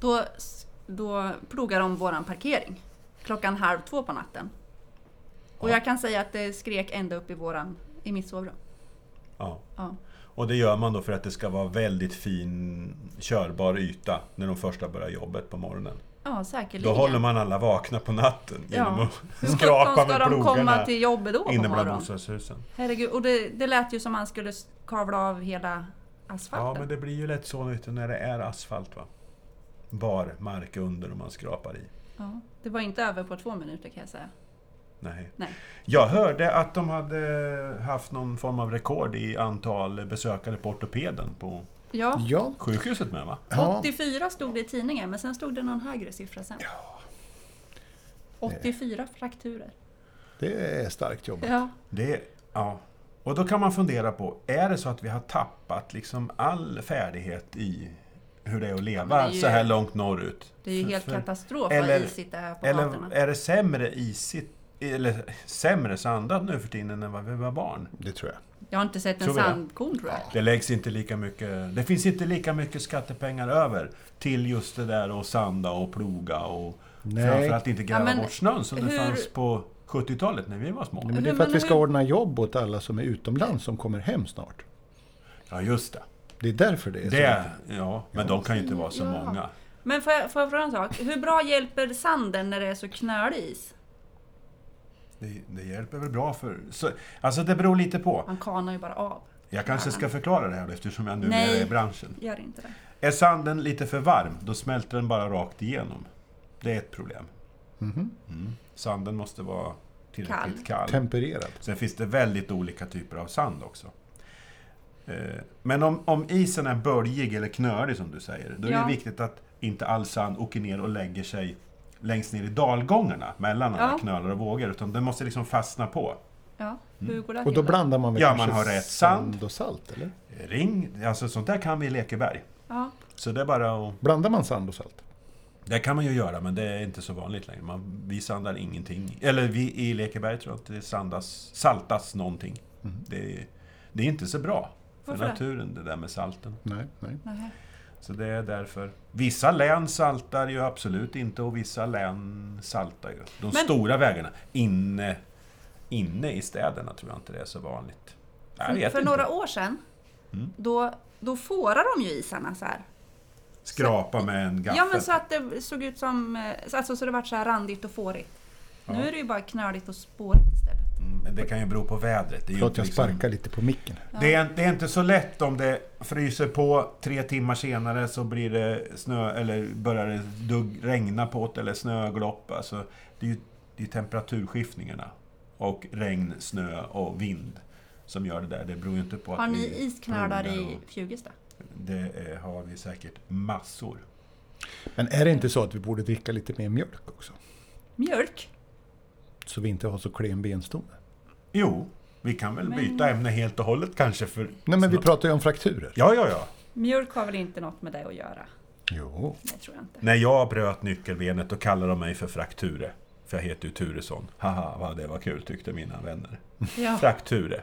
[SPEAKER 1] då, s- då plogar de våran parkering klockan halv två på natten. Och jag kan säga att det skrek ända upp i, våran, i mitt sovrum.
[SPEAKER 2] Ja.
[SPEAKER 1] Ja.
[SPEAKER 2] Och det gör man då för att det ska vara väldigt fin körbar yta när de första börjar jobbet på morgonen.
[SPEAKER 1] Ja,
[SPEAKER 2] Då
[SPEAKER 1] säkerligen.
[SPEAKER 2] håller man alla vakna på natten genom att
[SPEAKER 1] Hur
[SPEAKER 2] skrapa
[SPEAKER 1] sjutton ska de
[SPEAKER 2] med
[SPEAKER 1] komma
[SPEAKER 2] plogarna
[SPEAKER 1] till jobbet då på
[SPEAKER 2] inne bland
[SPEAKER 1] morgonen?
[SPEAKER 2] bostadshusen.
[SPEAKER 1] Herregud, och det, det lät ju som man skulle s- kavla av hela asfalten.
[SPEAKER 2] Ja, men det blir ju lätt så vet du, när det är asfalt. va? Bar mark under och man skrapar i.
[SPEAKER 1] Ja, det var inte över på två minuter kan jag säga.
[SPEAKER 2] Nej.
[SPEAKER 1] Nej.
[SPEAKER 2] Jag hörde att de hade haft någon form av rekord i antal besökare på ortopeden på
[SPEAKER 1] Ja,
[SPEAKER 3] Ja.
[SPEAKER 2] sjukhuset med va?
[SPEAKER 3] ja.
[SPEAKER 1] 84 stod det i tidningen, men sen stod det någon högre siffra sen. 84 frakturer.
[SPEAKER 3] Det är starkt jobbat.
[SPEAKER 1] Ja.
[SPEAKER 2] Det, ja. Och då kan man fundera på, är det så att vi har tappat liksom all färdighet i hur det är att leva
[SPEAKER 1] men det är ju-
[SPEAKER 2] så här långt norrut?
[SPEAKER 1] Det är ju
[SPEAKER 2] För-
[SPEAKER 1] helt
[SPEAKER 2] för-
[SPEAKER 1] katastrof
[SPEAKER 2] eller-
[SPEAKER 1] vad isigt det är på gatorna.
[SPEAKER 2] Eller är det sämre isigt, eller sämre sandat nu för tiden än vad vi var barn?
[SPEAKER 3] Det tror jag.
[SPEAKER 1] Jag har inte sett en
[SPEAKER 2] Tror vi det?
[SPEAKER 1] sandkorn tror jag.
[SPEAKER 2] Det läggs inte lika mycket, det finns inte lika mycket skattepengar över till just det där att sanda och ploga och
[SPEAKER 3] Nej.
[SPEAKER 2] framförallt inte gräva
[SPEAKER 1] Ja, men
[SPEAKER 2] bort snön som det
[SPEAKER 1] hur-
[SPEAKER 2] fanns på 70-talet när vi var små.
[SPEAKER 3] Men det är
[SPEAKER 1] Hur-
[SPEAKER 3] för att
[SPEAKER 1] men
[SPEAKER 3] vi ska
[SPEAKER 1] hur-
[SPEAKER 3] ordna jobb åt alla som är utomlands som kommer hem snart.
[SPEAKER 2] Ja, just det.
[SPEAKER 3] Det är därför det är så.
[SPEAKER 2] det ja, men de kan ju inte vara så
[SPEAKER 1] Ja.
[SPEAKER 2] många.
[SPEAKER 1] Men får jag, får jag fråga en sak? Hur bra hjälper sanden när det är så knölig is?
[SPEAKER 2] Det, det hjälper väl bra för... Så, alltså det beror lite på.
[SPEAKER 1] Man kanar ju bara av.
[SPEAKER 2] Jag kanske ska förklara det här då, eftersom jag nu
[SPEAKER 1] Nej.
[SPEAKER 2] är i branschen.
[SPEAKER 1] Gör inte det.
[SPEAKER 2] Är sanden lite för varm, då smälter den bara rakt igenom. Det är ett problem. Mm. Sanden måste vara tillräckligt kall.
[SPEAKER 3] Tempererad.
[SPEAKER 2] Sen finns det väldigt olika typer av sand också. Eh, Men om, om isen är böljig eller knölig som du säger, då är
[SPEAKER 1] Ja.
[SPEAKER 2] det viktigt att inte all sand åker ner och lägger sig längst ner i dalgångarna mellan alla
[SPEAKER 1] Ja.
[SPEAKER 2] knölar och vågor, utan den måste liksom fastna på. Mm.
[SPEAKER 1] Ja, hur går det
[SPEAKER 3] Och
[SPEAKER 1] till
[SPEAKER 3] då blandar man väl
[SPEAKER 2] Ja,
[SPEAKER 3] kanske
[SPEAKER 2] man har rätt
[SPEAKER 3] och salt? Eller?
[SPEAKER 2] Ring, alltså sånt där kan vi i Lekeberg.
[SPEAKER 1] Ja.
[SPEAKER 2] Så det är bara att...
[SPEAKER 3] Blandar man sand och salt?
[SPEAKER 2] Det kan man ju göra, men det är inte så vanligt längre. Man, vi sandar ingenting. Eller vi i Lekeberg tror jag inte det sandas, saltas någonting.
[SPEAKER 3] Mm.
[SPEAKER 2] Det, är- det är inte så bra för
[SPEAKER 1] Varför det?
[SPEAKER 2] naturen, det där med salten.
[SPEAKER 3] Nej, nej.
[SPEAKER 1] Nähä.
[SPEAKER 2] Så det är därför. Vissa län saltar ju absolut inte och vissa län saltar ju. De stora vägarna. Inne, inne i städerna tror jag inte det är så vanligt. Jag
[SPEAKER 1] För,
[SPEAKER 2] vet
[SPEAKER 1] för
[SPEAKER 2] inte. Mm.
[SPEAKER 1] några år sedan, då, då fårar de ju isarna så här.
[SPEAKER 2] Skrapa med en gaffel.
[SPEAKER 1] Ja men så att det såg ut som, eh, alltså så det vart så här randigt och fårigt. Nu är det ju bara knöligt och spårigt istället.
[SPEAKER 2] Mm, Men det kan ju bero på vädret. Det är ju
[SPEAKER 3] Förlåt,
[SPEAKER 2] inte
[SPEAKER 3] jag
[SPEAKER 2] liksom-
[SPEAKER 3] sparkar lite på micken. här.
[SPEAKER 2] Det är, det är inte så lätt om det fryser på, tre timmar senare så blir det snö, eller börjar det dugg, regna på det, eller snöglopp. Alltså, det är ju det är temperaturskiftningarna. Och regn, snö och vind som gör det där. Det beror ju inte på att
[SPEAKER 1] Har ni
[SPEAKER 2] vi-
[SPEAKER 1] isknölar
[SPEAKER 2] Broar
[SPEAKER 1] i
[SPEAKER 2] och-
[SPEAKER 1] Fjugesta?
[SPEAKER 2] Det är, har vi säkert massor.
[SPEAKER 3] Men är det inte så att vi borde dricka lite mer mjölk också?
[SPEAKER 1] Mjölk?
[SPEAKER 3] Så vi inte har så klen benstomme.
[SPEAKER 2] Jo, vi kan väl
[SPEAKER 1] Men-
[SPEAKER 2] byta ämne helt och hållet kanske för...
[SPEAKER 3] Nej, men vi pratar ju om frakturer.
[SPEAKER 2] Ja, ja, ja.
[SPEAKER 1] Mjölk har väl inte något med det att göra?
[SPEAKER 3] Jo.
[SPEAKER 1] Det tror jag inte.
[SPEAKER 2] När jag bröt nyckelbenet då kallade de mig för Frakture. För jag heter ju Turesson. Haha, vad det var kul tyckte mina vänner.
[SPEAKER 1] Ja,
[SPEAKER 2] Frakture.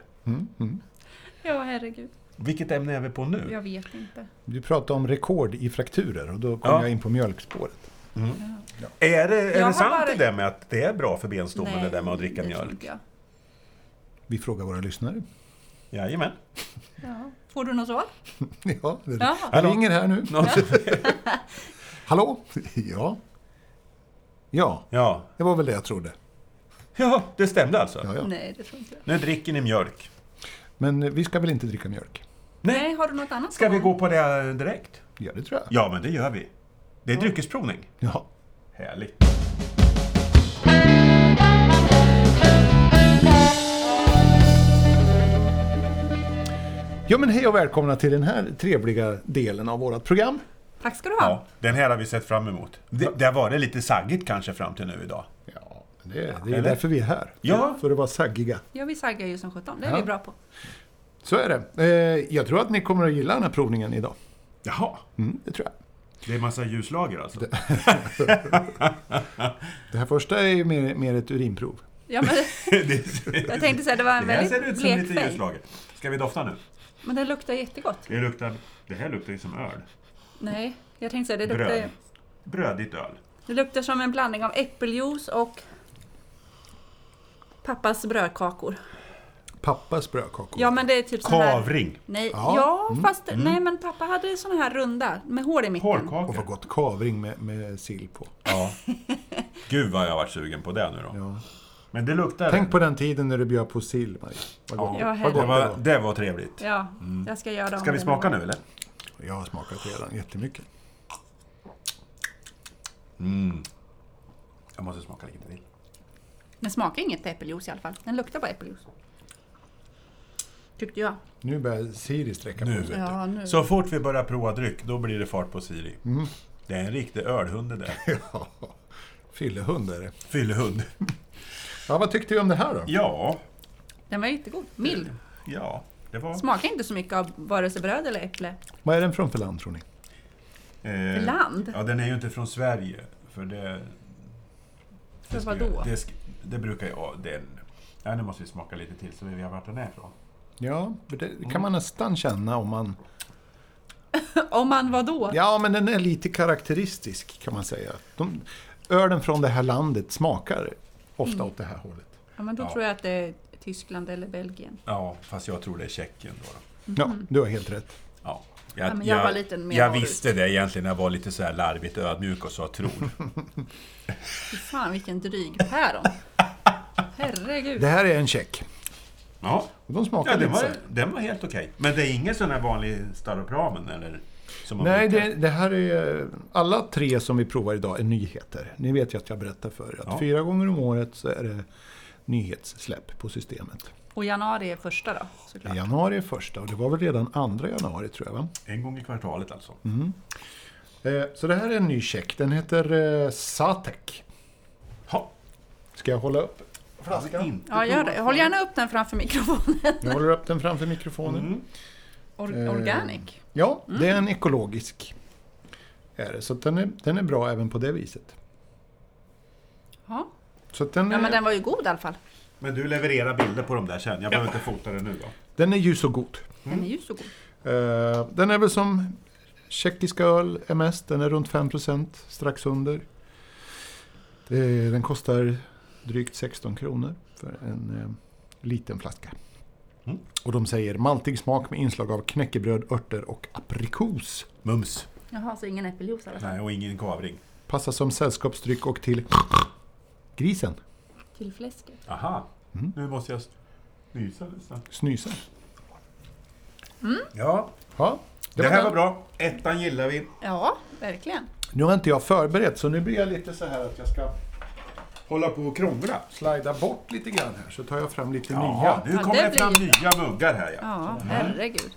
[SPEAKER 1] ja herregud.
[SPEAKER 2] Vilket ämne är vi på nu?
[SPEAKER 1] Jag vet inte.
[SPEAKER 3] Du pratar om rekord i frakturer och då kom
[SPEAKER 2] Ja.
[SPEAKER 3] jag in på mjölkspåret.
[SPEAKER 2] Är det, är
[SPEAKER 1] Jag
[SPEAKER 2] det
[SPEAKER 1] har
[SPEAKER 2] sant
[SPEAKER 1] bara-
[SPEAKER 2] det där med att det är bra för benstommen det där med att dricka
[SPEAKER 1] det tror
[SPEAKER 2] mjölk?
[SPEAKER 1] inte jag.
[SPEAKER 3] Vi frågar våra lyssnare.
[SPEAKER 2] Jajamän.
[SPEAKER 1] Ja. Får du något svar?
[SPEAKER 3] Ja, det
[SPEAKER 1] Ja.
[SPEAKER 3] Jag ringer här nu.
[SPEAKER 2] Någon-
[SPEAKER 3] Hallå? Ja. Ja,
[SPEAKER 2] Ja.
[SPEAKER 3] det var väl det jag trodde.
[SPEAKER 2] ja, det stämde alltså.
[SPEAKER 3] Ja, ja.
[SPEAKER 1] Nej, det tror inte jag.
[SPEAKER 2] Nu dricker ni mjölk.
[SPEAKER 3] Men eh, vi ska väl inte dricka mjölk?
[SPEAKER 2] Nej.
[SPEAKER 1] Nej, har du något annat
[SPEAKER 2] Ska vi
[SPEAKER 1] svar?
[SPEAKER 2] gå på det direkt?
[SPEAKER 3] Ja, det tror jag.
[SPEAKER 2] Ja, men det gör vi. Det är dryckesprovning.
[SPEAKER 3] Ja.
[SPEAKER 2] Härligt.
[SPEAKER 3] ja, men hej och välkomna till den här trevliga delen av vårt program.
[SPEAKER 1] Tack ska du ha.
[SPEAKER 2] Ja, den här har vi sett fram emot. Det, där var det lite saggigt kanske fram till nu idag.
[SPEAKER 3] Ja, men det, det är
[SPEAKER 2] eller?
[SPEAKER 3] därför vi är här.
[SPEAKER 2] Ja.
[SPEAKER 3] För att vara saggiga.
[SPEAKER 1] Ja, vi saggar ju som sjutton. Det är
[SPEAKER 3] Ja.
[SPEAKER 1] vi bra på.
[SPEAKER 3] Så är det. Eh, Jag tror att ni kommer att gilla den här provningen idag.
[SPEAKER 2] Jaha.
[SPEAKER 3] Mm, det tror jag.
[SPEAKER 2] Det är massa ljuslager alltså?
[SPEAKER 3] Det här första är ju mer, mer ett urinprov.
[SPEAKER 1] Ja, men,
[SPEAKER 2] Det-
[SPEAKER 1] jag tänkte säga det var en
[SPEAKER 2] Det här ser
[SPEAKER 1] väldigt
[SPEAKER 2] ut som
[SPEAKER 1] blek
[SPEAKER 2] lite
[SPEAKER 1] färg.
[SPEAKER 2] ljuslager. Ska vi dofta nu?
[SPEAKER 1] Men den luktar jättegott.
[SPEAKER 2] Det, luktar, det här luktar ju som öl.
[SPEAKER 1] Nej, jag tänkte säga det
[SPEAKER 2] Bröd.
[SPEAKER 1] luktar,
[SPEAKER 2] Brödigt öl.
[SPEAKER 1] det luktar som en blandning av äppeljuice och pappas brödkakor.
[SPEAKER 3] Pappas brödkakor.
[SPEAKER 1] Ja, men det är typ sån här...
[SPEAKER 2] Kavring.
[SPEAKER 1] Nej,
[SPEAKER 3] Ja.
[SPEAKER 1] ja,
[SPEAKER 2] Mm.
[SPEAKER 1] fast nej, men pappa hade såna här runda med hål i mitten.
[SPEAKER 3] Och vad
[SPEAKER 2] Hårkaka.
[SPEAKER 3] gott. Kavring med, med sill på.
[SPEAKER 2] Ja. Gud vad jag har varit sugen på det nu då.
[SPEAKER 3] Ja.
[SPEAKER 2] Men det luktar...
[SPEAKER 3] Tänk på den tiden när du bjöd på sill, Marie. Vad gott.
[SPEAKER 1] Ja,
[SPEAKER 3] vad
[SPEAKER 2] det,
[SPEAKER 3] gott det
[SPEAKER 2] var,
[SPEAKER 3] var.
[SPEAKER 2] det var trevligt.
[SPEAKER 1] Ja, jag ska göra om
[SPEAKER 2] Mm. Ska vi
[SPEAKER 1] det
[SPEAKER 2] smaka
[SPEAKER 1] någon
[SPEAKER 2] nu eller?
[SPEAKER 3] Jag har smakat redan jättemycket.
[SPEAKER 2] Jag måste smaka lite till.
[SPEAKER 1] gång. Den smakar inget äppeljuice i alla fall. Den luktar bara äppeljuice. Tyckte jag.
[SPEAKER 3] Nu börjar Siri sträcka
[SPEAKER 2] Nu
[SPEAKER 3] på sig.
[SPEAKER 2] vet
[SPEAKER 1] Ja,
[SPEAKER 2] du.
[SPEAKER 1] nu.
[SPEAKER 2] Så fort vi börjar prova dryck, då blir det fart på Siri. Det är en riktig ölhund det där.
[SPEAKER 3] Ja. Fyllehund är det.
[SPEAKER 2] Fyllehund.
[SPEAKER 3] Ja, vad tyckte vi om det här då?
[SPEAKER 2] Ja,
[SPEAKER 1] Den var jättegod. Mild.
[SPEAKER 2] ja. Det var...
[SPEAKER 1] Smakar inte så mycket av vare sig bröd eller äpple.
[SPEAKER 3] Vad är den från för land tror ni?
[SPEAKER 2] Eh,
[SPEAKER 1] Land?
[SPEAKER 2] Ja, den är ju inte från Sverige. För det...
[SPEAKER 1] För
[SPEAKER 2] det ska-
[SPEAKER 1] vadå?
[SPEAKER 2] Det, ska- det brukar ju... ja, Den, ja, nu måste vi smaka lite till så vi vet vart den är ifrån.
[SPEAKER 3] Ja, för det
[SPEAKER 2] Mm.
[SPEAKER 3] kan man nästan känna om man...
[SPEAKER 1] Om man var då?
[SPEAKER 3] Ja, men den är lite karaktäristisk kan man säga. De, ölen från det här landet smakar ofta åt det här hållet.
[SPEAKER 1] Ja, men då
[SPEAKER 2] Ja.
[SPEAKER 1] tror jag att det är Tyskland eller Belgien.
[SPEAKER 2] Ja, fast jag tror det är Tjeckien då. då.
[SPEAKER 3] Ja, du har helt rätt.
[SPEAKER 2] Ja.
[SPEAKER 1] Ja, men jag var lite mer
[SPEAKER 2] jag
[SPEAKER 1] norrut.
[SPEAKER 2] visste det egentligen. Jag var lite så här larvigt ödmjuk och sa tror.
[SPEAKER 1] Fy fan vilken dryg päron. Herregud.
[SPEAKER 3] Det här är en check.
[SPEAKER 2] ja,
[SPEAKER 3] Och de smakar
[SPEAKER 2] ja den,
[SPEAKER 3] lite så
[SPEAKER 2] var,
[SPEAKER 3] här.
[SPEAKER 2] den var helt okej. Men det är ingen sån här vanlig Staropramen eller? Som man
[SPEAKER 3] Nej,
[SPEAKER 2] brukar-
[SPEAKER 3] det, det här är... Alla tre som vi provar idag är nyheter. Ni vet ju att jag berättar för er att
[SPEAKER 2] Ja.
[SPEAKER 3] fyra gånger om året så är det nyhetssläpp på systemet.
[SPEAKER 1] Och januari är första då, såklart.
[SPEAKER 3] Januari är första och det var väl redan andra januari tror jag va?
[SPEAKER 2] En gång i kvartalet alltså.
[SPEAKER 3] Mm. Eh, Så det här är en ny check. Den heter eh, Satek.
[SPEAKER 2] Ha.
[SPEAKER 3] Ska jag hålla upp
[SPEAKER 2] Har vi
[SPEAKER 3] flaskan?
[SPEAKER 2] inte
[SPEAKER 1] Ja, gör det.
[SPEAKER 2] provat
[SPEAKER 1] Håll
[SPEAKER 2] förut?
[SPEAKER 1] gärna upp den framför mikrofonen.
[SPEAKER 3] Jag håller upp den framför mikrofonen.
[SPEAKER 1] Or
[SPEAKER 3] Eh.
[SPEAKER 1] organic.
[SPEAKER 3] Ja, det är en ekologisk Är det. Så att den, är, den är bra även på det viset.
[SPEAKER 1] Ja.
[SPEAKER 3] Så att den,
[SPEAKER 1] ja, men
[SPEAKER 3] är, den...
[SPEAKER 1] den var ju god i alla fall.
[SPEAKER 2] Men du levererar bilder på de där sen. Jag behöver inte fota det nu då.
[SPEAKER 3] är ljus och god.
[SPEAKER 1] Den är ju så god.
[SPEAKER 3] Eh, den är väl som tjeckisk öl är mest. Den är runt 5 strax under. Det- Den kostar drygt 16 kronor för en eh, liten flaska.
[SPEAKER 2] Mm.
[SPEAKER 3] Och de säger maltig smak med inslag av knäckebröd, örter och aprikos.
[SPEAKER 2] Mums.
[SPEAKER 1] Jaha, så ingen äppeljuice i alla fall.
[SPEAKER 2] Nej, och ingen kavring.
[SPEAKER 3] Passar som sällskapsdryck och till grisen.
[SPEAKER 1] Till fläsket.
[SPEAKER 2] Aha.
[SPEAKER 3] Mm.
[SPEAKER 2] Nu måste jag nysa nästan.
[SPEAKER 3] Snysa.
[SPEAKER 2] Ja,
[SPEAKER 3] Ja,
[SPEAKER 2] det, här var bra. Ettan gillar vi.
[SPEAKER 1] Ja, verkligen.
[SPEAKER 3] Nu har inte jag förberett så nu blir jag lite så här att jag ska
[SPEAKER 2] Hålla på och krångla.
[SPEAKER 3] slida bort lite grann här så tar jag fram lite
[SPEAKER 2] Ja,
[SPEAKER 3] nya.
[SPEAKER 2] nu
[SPEAKER 1] Ja,
[SPEAKER 2] kommer
[SPEAKER 1] det
[SPEAKER 2] det fram
[SPEAKER 1] blir
[SPEAKER 2] nya muggar här ja.
[SPEAKER 1] Ja, herregud.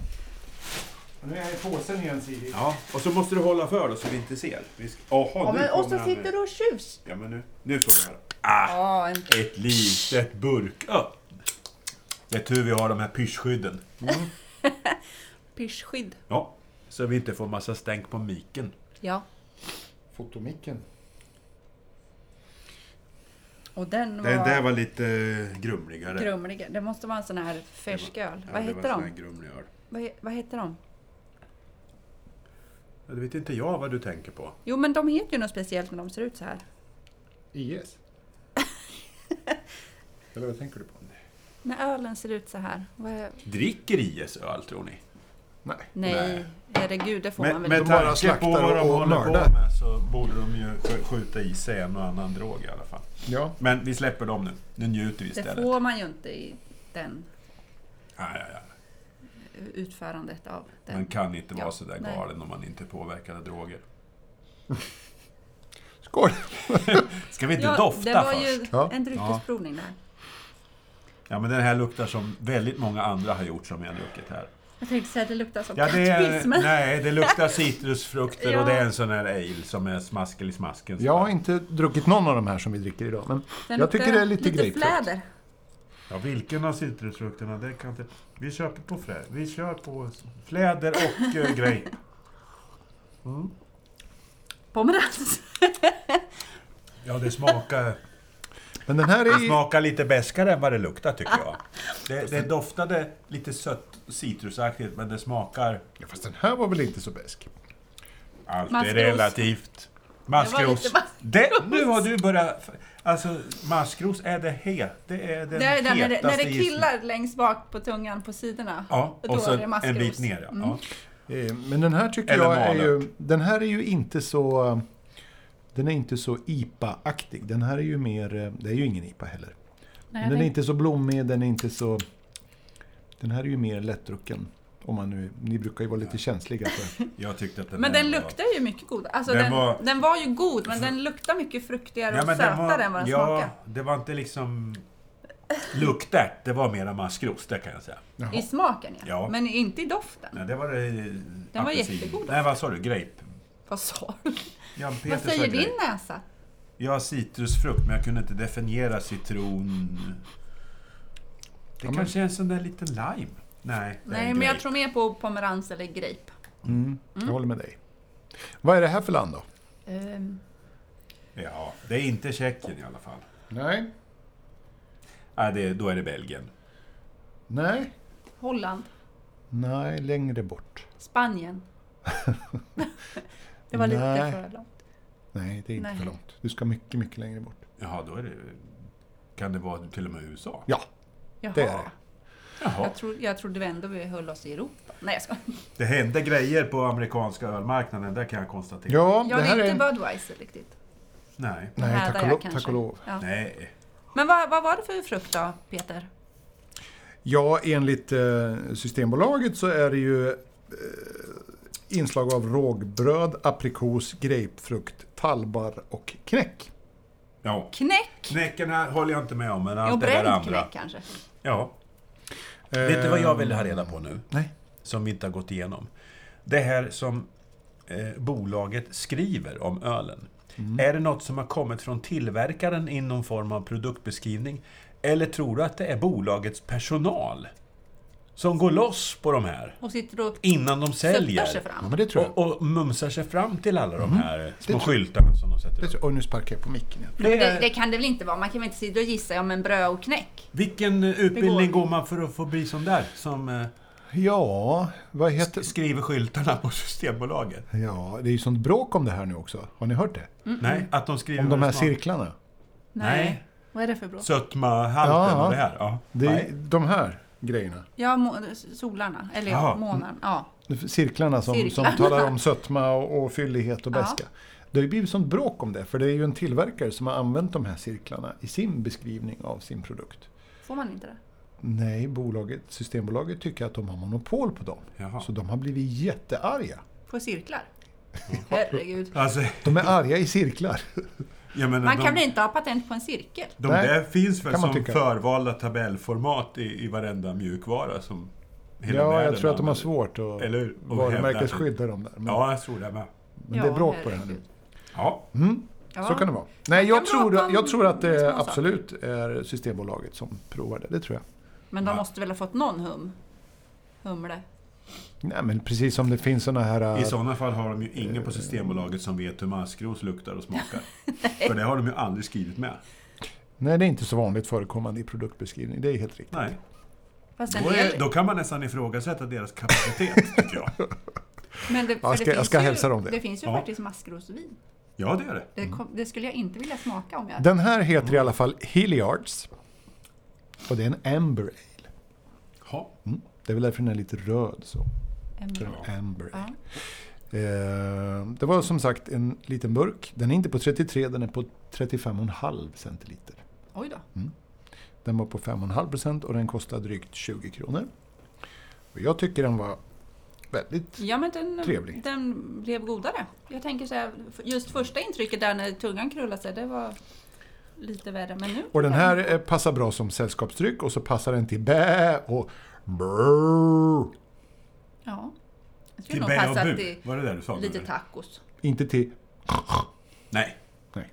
[SPEAKER 3] Nu är jag i påsen igen Siri.
[SPEAKER 2] ja. Och så måste du hålla för då så vi inte ser. Vi ska... Jaha,
[SPEAKER 1] Ja,
[SPEAKER 2] nu
[SPEAKER 1] men, och så
[SPEAKER 2] kommer han
[SPEAKER 1] sitter
[SPEAKER 2] med-
[SPEAKER 1] du och tjus.
[SPEAKER 2] Ja, men nu, nu står det här. Ah.
[SPEAKER 1] Ja, en-
[SPEAKER 2] Ett litet burköpp. Det är tur vi har de här pyschskydden.
[SPEAKER 1] pyschskydd.
[SPEAKER 2] Ja. Så vi inte får massa stänk på miken.
[SPEAKER 1] Ja,
[SPEAKER 3] Fotomicken.
[SPEAKER 1] och den var,
[SPEAKER 2] Den där var lite grumligare.
[SPEAKER 1] grumlig. Det måste vara en sån här färsk öl.
[SPEAKER 2] Ja,
[SPEAKER 1] vad,
[SPEAKER 2] det
[SPEAKER 1] heter
[SPEAKER 2] var en sån
[SPEAKER 1] de?
[SPEAKER 2] här grumlig öl.
[SPEAKER 1] vad, he- vad heter de?
[SPEAKER 2] Ja, Det vet inte jag vad du tänker på.
[SPEAKER 1] Jo, men de heter ju något speciellt när de ser ut så här.
[SPEAKER 3] IS. Eller vad tänker du på?
[SPEAKER 1] När ölen ser ut så här. Vad är...
[SPEAKER 2] Dricker IS öl tror ni?
[SPEAKER 3] Nej.
[SPEAKER 1] Nej,
[SPEAKER 2] Nej.
[SPEAKER 1] herregud, det får man
[SPEAKER 2] Med,
[SPEAKER 1] väl
[SPEAKER 2] med
[SPEAKER 1] inte.
[SPEAKER 3] bara
[SPEAKER 2] tanke på
[SPEAKER 3] slaktar
[SPEAKER 2] vad de
[SPEAKER 3] och
[SPEAKER 2] håller på
[SPEAKER 3] mördar.
[SPEAKER 2] med så borde de ju sk- skjuta i sig en och annan drog i alla fall.
[SPEAKER 3] Ja.
[SPEAKER 2] Men vi släpper dem nu. Nu njuter vi
[SPEAKER 1] Det
[SPEAKER 2] typ istället.
[SPEAKER 1] får man ju inte i den eh,
[SPEAKER 2] Ja, ja, ja.
[SPEAKER 1] utförandet av den.
[SPEAKER 2] Man kan inte vara
[SPEAKER 1] Ja,
[SPEAKER 2] sådär
[SPEAKER 1] nej.
[SPEAKER 2] galen om man inte är påverkad av droger.
[SPEAKER 3] Skål!
[SPEAKER 2] Ska vi inte
[SPEAKER 1] Ja,
[SPEAKER 2] dofta
[SPEAKER 1] det var
[SPEAKER 2] först?
[SPEAKER 1] ju
[SPEAKER 3] Ja.
[SPEAKER 1] en dryckesprovning där.
[SPEAKER 2] Ja, men den här luktar som väldigt många andra har gjort som jag har druckit här.
[SPEAKER 1] Jag tänkte säga att det luktar som
[SPEAKER 2] Ja, det är,
[SPEAKER 1] kattpiss, men
[SPEAKER 2] nej, det luktar citrusfrukter
[SPEAKER 1] Ja.
[SPEAKER 2] och det är en sån här ale som är smaskel i smasken.
[SPEAKER 3] Jag har inte druckit någon av de här som vi dricker idag. Men
[SPEAKER 1] den
[SPEAKER 3] jag tycker
[SPEAKER 1] luktar
[SPEAKER 3] det är lite,
[SPEAKER 1] lite
[SPEAKER 3] grapefrukt.
[SPEAKER 1] fläder.
[SPEAKER 2] Ja, vilken av citrusfrukterna? Det kan inte... Vi köper på frä... Vi kör på fläder och eh, grape.
[SPEAKER 1] Pomerans.
[SPEAKER 2] Ja, det smakar,
[SPEAKER 3] Men den här
[SPEAKER 2] det
[SPEAKER 3] är...
[SPEAKER 2] smakar lite beskare än vad det luktar tycker jag. Det, det doftade lite sött citrusaktigt, men det smakar...
[SPEAKER 3] Ja, fast den här var väl inte så besk?
[SPEAKER 2] Allt är
[SPEAKER 1] Maskros.
[SPEAKER 2] relativt.
[SPEAKER 1] Det var lite
[SPEAKER 2] Maskros.
[SPEAKER 1] maskros.
[SPEAKER 2] Det, nu har du börjat... Alltså, maskros är det het. Det är den
[SPEAKER 1] Det är där när det, när
[SPEAKER 2] hetaste
[SPEAKER 1] det
[SPEAKER 2] gissningen.
[SPEAKER 1] killar längst bak på tungan på sidorna.
[SPEAKER 2] Ja,
[SPEAKER 1] då
[SPEAKER 2] och så
[SPEAKER 1] är det maskros. Mm.
[SPEAKER 2] en bit ner. Ja. Ja.
[SPEAKER 3] Eh, Men den här tycker
[SPEAKER 2] Eller
[SPEAKER 3] jag är
[SPEAKER 2] malen.
[SPEAKER 3] ju... Den här är ju inte så... eh, Den är inte så IPA-aktig. Den här är ju mer... eh, Det är ju ingen IPA heller.
[SPEAKER 1] Nej,
[SPEAKER 3] Men
[SPEAKER 1] jag
[SPEAKER 3] den är
[SPEAKER 1] tänkte-
[SPEAKER 3] inte så blommig, den är inte så... Den här är ju mer lättdrucken. Om man nu, ni brukar ju vara lite känsliga
[SPEAKER 1] Mm.
[SPEAKER 3] för...
[SPEAKER 2] Jag tyckte att den
[SPEAKER 1] men
[SPEAKER 2] här
[SPEAKER 1] den
[SPEAKER 2] var-
[SPEAKER 1] luktar ju mycket god. Alltså den,
[SPEAKER 2] Den
[SPEAKER 1] den, var...
[SPEAKER 2] var-
[SPEAKER 1] ju god, men den luktar mycket fruktigare
[SPEAKER 2] Ja,
[SPEAKER 1] och
[SPEAKER 2] men den
[SPEAKER 1] sötare
[SPEAKER 2] var-
[SPEAKER 1] än vad den
[SPEAKER 2] ja,
[SPEAKER 1] smakar.
[SPEAKER 2] det var inte liksom luktärt. Det var mera maskros, det kan jag säga.
[SPEAKER 1] I smaken ja.
[SPEAKER 2] Ja.
[SPEAKER 1] men inte i doften.
[SPEAKER 2] Nej, det var det... Den
[SPEAKER 1] var jättegod.
[SPEAKER 2] Nej, vad sa du? Grape?
[SPEAKER 1] Vad sa du?
[SPEAKER 2] Ja, Peter
[SPEAKER 1] Vad
[SPEAKER 2] sa
[SPEAKER 1] säger
[SPEAKER 2] grape.
[SPEAKER 1] din näsa?
[SPEAKER 2] Jag har citrusfrukt, men jag kunde inte definiera citron... Det
[SPEAKER 3] men-
[SPEAKER 2] kanske är en sån där liten lime? Nej, det är
[SPEAKER 1] Nej,
[SPEAKER 2] en
[SPEAKER 1] men jag
[SPEAKER 2] grape.
[SPEAKER 1] tror mer på pomerans eller grape.
[SPEAKER 3] Jag håller med dig. Vad är det här för land då?
[SPEAKER 1] Ehm,
[SPEAKER 2] Ja, det är inte Tjeckien i alla fall.
[SPEAKER 3] Nej.
[SPEAKER 2] Nej, det, då är det Belgien.
[SPEAKER 3] Nej.
[SPEAKER 1] Holland,
[SPEAKER 3] Nej, längre bort.
[SPEAKER 1] Spanien. det var lite
[SPEAKER 3] Nej.
[SPEAKER 1] för långt.
[SPEAKER 3] Nej, det är inte
[SPEAKER 1] Nej.
[SPEAKER 3] för långt. Du ska mycket, mycket längre bort.
[SPEAKER 2] Jaha, då är det... Kan det vara till och med USA?
[SPEAKER 3] Ja,
[SPEAKER 1] Jaha.
[SPEAKER 3] det är det.
[SPEAKER 2] Jaha.
[SPEAKER 1] Jag, tro, jag trodde ändå vi höll oss i Europa. Nej, jag skojar.
[SPEAKER 2] Det hände grejer på amerikanska ölmarknaden, där kan jag konstatera.
[SPEAKER 3] Ja, det
[SPEAKER 1] Jag
[SPEAKER 3] här
[SPEAKER 1] är
[SPEAKER 3] är...
[SPEAKER 1] inte
[SPEAKER 3] en-
[SPEAKER 1] Budweiser riktigt.
[SPEAKER 2] Nej.
[SPEAKER 3] Nej,
[SPEAKER 1] Härdar
[SPEAKER 3] tack och,
[SPEAKER 1] jag
[SPEAKER 3] lov,
[SPEAKER 1] kanske.
[SPEAKER 3] tack och lov.
[SPEAKER 1] Ja.
[SPEAKER 2] Nej.
[SPEAKER 1] Men vad, vad var det för frukt då, Peter?
[SPEAKER 3] Ja, enligt eh, Systembolaget så är det ju eh, inslag av rågbröd, aprikos, grapefrukt, tallbar och knäck.
[SPEAKER 2] Ja.
[SPEAKER 1] Knäck?
[SPEAKER 2] Knäcken här håller jag inte med om, men
[SPEAKER 1] Och
[SPEAKER 2] allt det där
[SPEAKER 1] bränd
[SPEAKER 2] andra.
[SPEAKER 1] knäck kanske?
[SPEAKER 2] Ja.
[SPEAKER 3] Eh.
[SPEAKER 2] Vet du vad jag ville ha reda på nu?
[SPEAKER 3] Nej.
[SPEAKER 2] Som vi inte har gått igenom. Det här som eh, bolaget skriver om ölen. Är det något som har kommit från tillverkaren i någon form av produktbeskrivning? Eller tror du att det är bolagets personal Som går loss på de här.
[SPEAKER 1] Och sitter och
[SPEAKER 2] Innan de säljer.
[SPEAKER 1] suttar sig
[SPEAKER 3] Ja,
[SPEAKER 1] fram.
[SPEAKER 3] men det tror jag.
[SPEAKER 2] Och, och mumsar sig fram till alla de här små
[SPEAKER 3] tror-
[SPEAKER 2] skyltarna som de sätter
[SPEAKER 3] Det
[SPEAKER 2] upp.
[SPEAKER 3] tror jag. Och nu sparkar jag på micken igen.
[SPEAKER 2] Det
[SPEAKER 1] Det,
[SPEAKER 2] är,
[SPEAKER 1] det kan det väl inte vara? Man kan väl inte sitta och gissa om en bröd och knäck?
[SPEAKER 2] vilken eh, utbildning
[SPEAKER 1] Det går-
[SPEAKER 2] går man för att få bli sån där? Som eh,
[SPEAKER 3] Ja, vad heter...
[SPEAKER 2] skriver skyltarna på Systembolaget?
[SPEAKER 3] Ja, det är ju sånt bråk om det här nu också. Har ni hört det?
[SPEAKER 2] Nej, att de skriver...
[SPEAKER 3] Om de
[SPEAKER 2] vad
[SPEAKER 3] här
[SPEAKER 2] smak-
[SPEAKER 3] cirklarna.
[SPEAKER 2] Nej.
[SPEAKER 1] Vad är det för bra?
[SPEAKER 2] Sötmahalten
[SPEAKER 3] Ja, ja.
[SPEAKER 2] och det här. Ja.
[SPEAKER 3] Det är
[SPEAKER 2] Nej.
[SPEAKER 3] de här grejerna.
[SPEAKER 1] Ja, må, solarna. Eller
[SPEAKER 2] Ja.
[SPEAKER 1] ja. månaden. Ja.
[SPEAKER 3] Cirklarna som,
[SPEAKER 1] Cirklarna.
[SPEAKER 3] som talar om sötma och, och fyllighet och
[SPEAKER 1] Ja.
[SPEAKER 3] beska. Det har ju blivit sånt bråk om det, för det är ju en tillverkare som har använt de här cirklarna i sin beskrivning av sin produkt.
[SPEAKER 1] Får man inte det?
[SPEAKER 3] Nej, bolaget, Systembolaget tycker att de har monopol på dem.
[SPEAKER 2] Jaha.
[SPEAKER 3] Så de har blivit jättearga.
[SPEAKER 1] På cirklar? Mm. Herregud.
[SPEAKER 2] Alltså,
[SPEAKER 3] De är arga i cirklar.
[SPEAKER 2] jag menar,
[SPEAKER 1] Man
[SPEAKER 2] de,
[SPEAKER 1] kan väl inte ha patent på en cirkel?
[SPEAKER 2] de
[SPEAKER 3] Nej,
[SPEAKER 2] där finns väl
[SPEAKER 3] kan man
[SPEAKER 2] som
[SPEAKER 3] tycka.
[SPEAKER 2] förvalda tabellformat i, i varenda mjukvara som hela
[SPEAKER 3] Ja,
[SPEAKER 2] världen
[SPEAKER 3] jag tror att de har
[SPEAKER 2] använder.
[SPEAKER 3] svårt att
[SPEAKER 2] Eller hur? Och
[SPEAKER 3] varumärkesskydda dem där. Men,
[SPEAKER 2] Ja, jag tror det med.
[SPEAKER 3] men det är bråk på det här nu.
[SPEAKER 1] herregud.
[SPEAKER 2] Ja.
[SPEAKER 1] Ja.
[SPEAKER 3] Så kan det vara. Nej, jag
[SPEAKER 1] kan prata
[SPEAKER 3] tror,
[SPEAKER 1] om
[SPEAKER 3] jag tror att
[SPEAKER 1] små
[SPEAKER 3] det
[SPEAKER 1] saker.
[SPEAKER 3] absolut är Systembolaget som provar det. Det tror jag.
[SPEAKER 1] Men de
[SPEAKER 2] Ja.
[SPEAKER 1] måste väl ha fått någon hum? Humle?
[SPEAKER 3] Nej, men precis som det finns såna här...
[SPEAKER 2] I
[SPEAKER 3] äh,
[SPEAKER 2] sådana fall har de ju ingen
[SPEAKER 3] Eh.
[SPEAKER 2] på Systembolaget som vet hur maskros luktar och smakar. För det har de ju aldrig skrivit med.
[SPEAKER 3] Nej, det är inte så vanligt förekommande i produktbeskrivning. Det är helt riktigt.
[SPEAKER 2] Nej.
[SPEAKER 1] Fast en
[SPEAKER 2] Då,
[SPEAKER 1] del,
[SPEAKER 2] är, då kan man nästan ifrågasätta deras kapacitet, tycker jag.
[SPEAKER 1] men det, för
[SPEAKER 3] jag ska-
[SPEAKER 1] det
[SPEAKER 3] jag
[SPEAKER 1] finns
[SPEAKER 3] ska
[SPEAKER 1] ju,
[SPEAKER 3] hälsa dem det. Mm.
[SPEAKER 1] Det finns ju
[SPEAKER 2] Ja.
[SPEAKER 1] faktiskt maskrosvin.
[SPEAKER 2] Ja, det gör det.
[SPEAKER 1] Det, kom, det skulle jag inte vilja smaka om jag...
[SPEAKER 3] Den här heter i alla fall Hilliards. Och det är en Amber Ale.
[SPEAKER 2] Ja.
[SPEAKER 3] Mm. Det är väl därför den är lite röd så.
[SPEAKER 1] Äm,
[SPEAKER 3] För en Amber Ale.
[SPEAKER 1] Mm. ja.
[SPEAKER 3] Eh, det var som sagt en liten burk. Den är inte på 33, den är på 35,5 centiliter.
[SPEAKER 1] Oj då.
[SPEAKER 3] Den var på 5,5 procent och den kostade drygt 20 kronor. Och jag tycker den var väldigt...
[SPEAKER 1] Ja, men den,
[SPEAKER 3] Trevlig.
[SPEAKER 1] den blev godare. Jag tänker så här, just första intrycket där när tungan krullade sig, det var lite värre. Men nu...
[SPEAKER 3] Och den här eh, passar bra som sällskapsdryck och så passar den till bä och brrr.
[SPEAKER 1] Ja. Jag skulle
[SPEAKER 2] Till
[SPEAKER 1] nog
[SPEAKER 2] bä och
[SPEAKER 1] passa
[SPEAKER 2] bu.
[SPEAKER 1] till
[SPEAKER 2] Var det där du sa?
[SPEAKER 1] lite
[SPEAKER 2] nu?
[SPEAKER 1] tacos.
[SPEAKER 3] Inte till...
[SPEAKER 2] Nej,
[SPEAKER 3] Nej,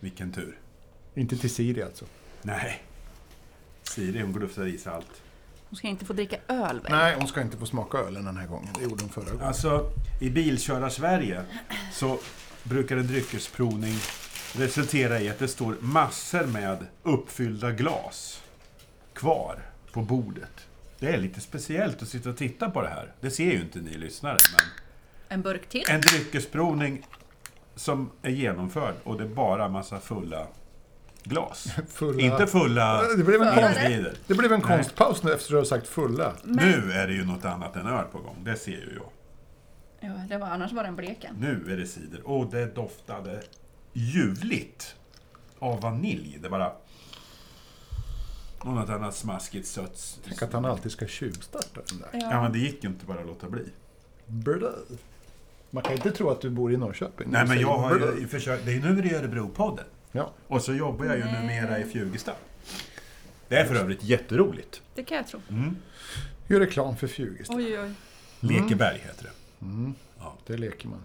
[SPEAKER 2] vilken tur.
[SPEAKER 3] inte till Siri alltså.
[SPEAKER 2] Nej. Siri, hon glufsar i sig allt.
[SPEAKER 1] Hon ska inte få dricka öl väl?
[SPEAKER 3] Nej, hon ska inte få smaka ölen den här gången. Det gjorde hon förra gången.
[SPEAKER 2] Alltså, i Bilkörar-Sverige så brukar en dryckesprovning resultera i att det står massor med uppfyllda glas kvar på bordet. Det är lite speciellt att sitta och titta på det här. Det ser ju inte ni lyssnare, men
[SPEAKER 1] En burk till?
[SPEAKER 2] en dryckesprovning som är genomförd och det är bara massa fulla glas.
[SPEAKER 3] Fulla-
[SPEAKER 2] Inte fulla
[SPEAKER 3] Det blev en, konst,
[SPEAKER 2] individer.
[SPEAKER 3] det blev en konstpaus nu efter att du har sagt fulla.
[SPEAKER 2] Nu är det ju något annat än öl på gång, det ser ju jag.
[SPEAKER 1] Ja, det var, annars var den blek än.
[SPEAKER 2] Nu är det cider och det doftade ljuvligt av vanilj. Det bara... Något annat smaskigt sött.
[SPEAKER 3] Tänk att han alltid ska tjuvstarta den där.
[SPEAKER 2] Ja, men det gick ju inte bara att låta bli.
[SPEAKER 3] Brrr. Man kan inte tro att du bor i Norrköping.
[SPEAKER 2] Nej, men
[SPEAKER 3] Du
[SPEAKER 2] jag
[SPEAKER 3] säger
[SPEAKER 2] har
[SPEAKER 3] brrr.
[SPEAKER 2] ju försökt... Det är nu det är Örebropodden.
[SPEAKER 3] Ja.
[SPEAKER 2] Och så jobbar jag ju numera i Fjugesta. Det är för övrigt jätteroligt.
[SPEAKER 1] Det kan jag tro.
[SPEAKER 3] Gör reklam för Fjugis.
[SPEAKER 1] Oj, oj.
[SPEAKER 3] Mm.
[SPEAKER 2] Lekeberg heter det.
[SPEAKER 3] Det leker man.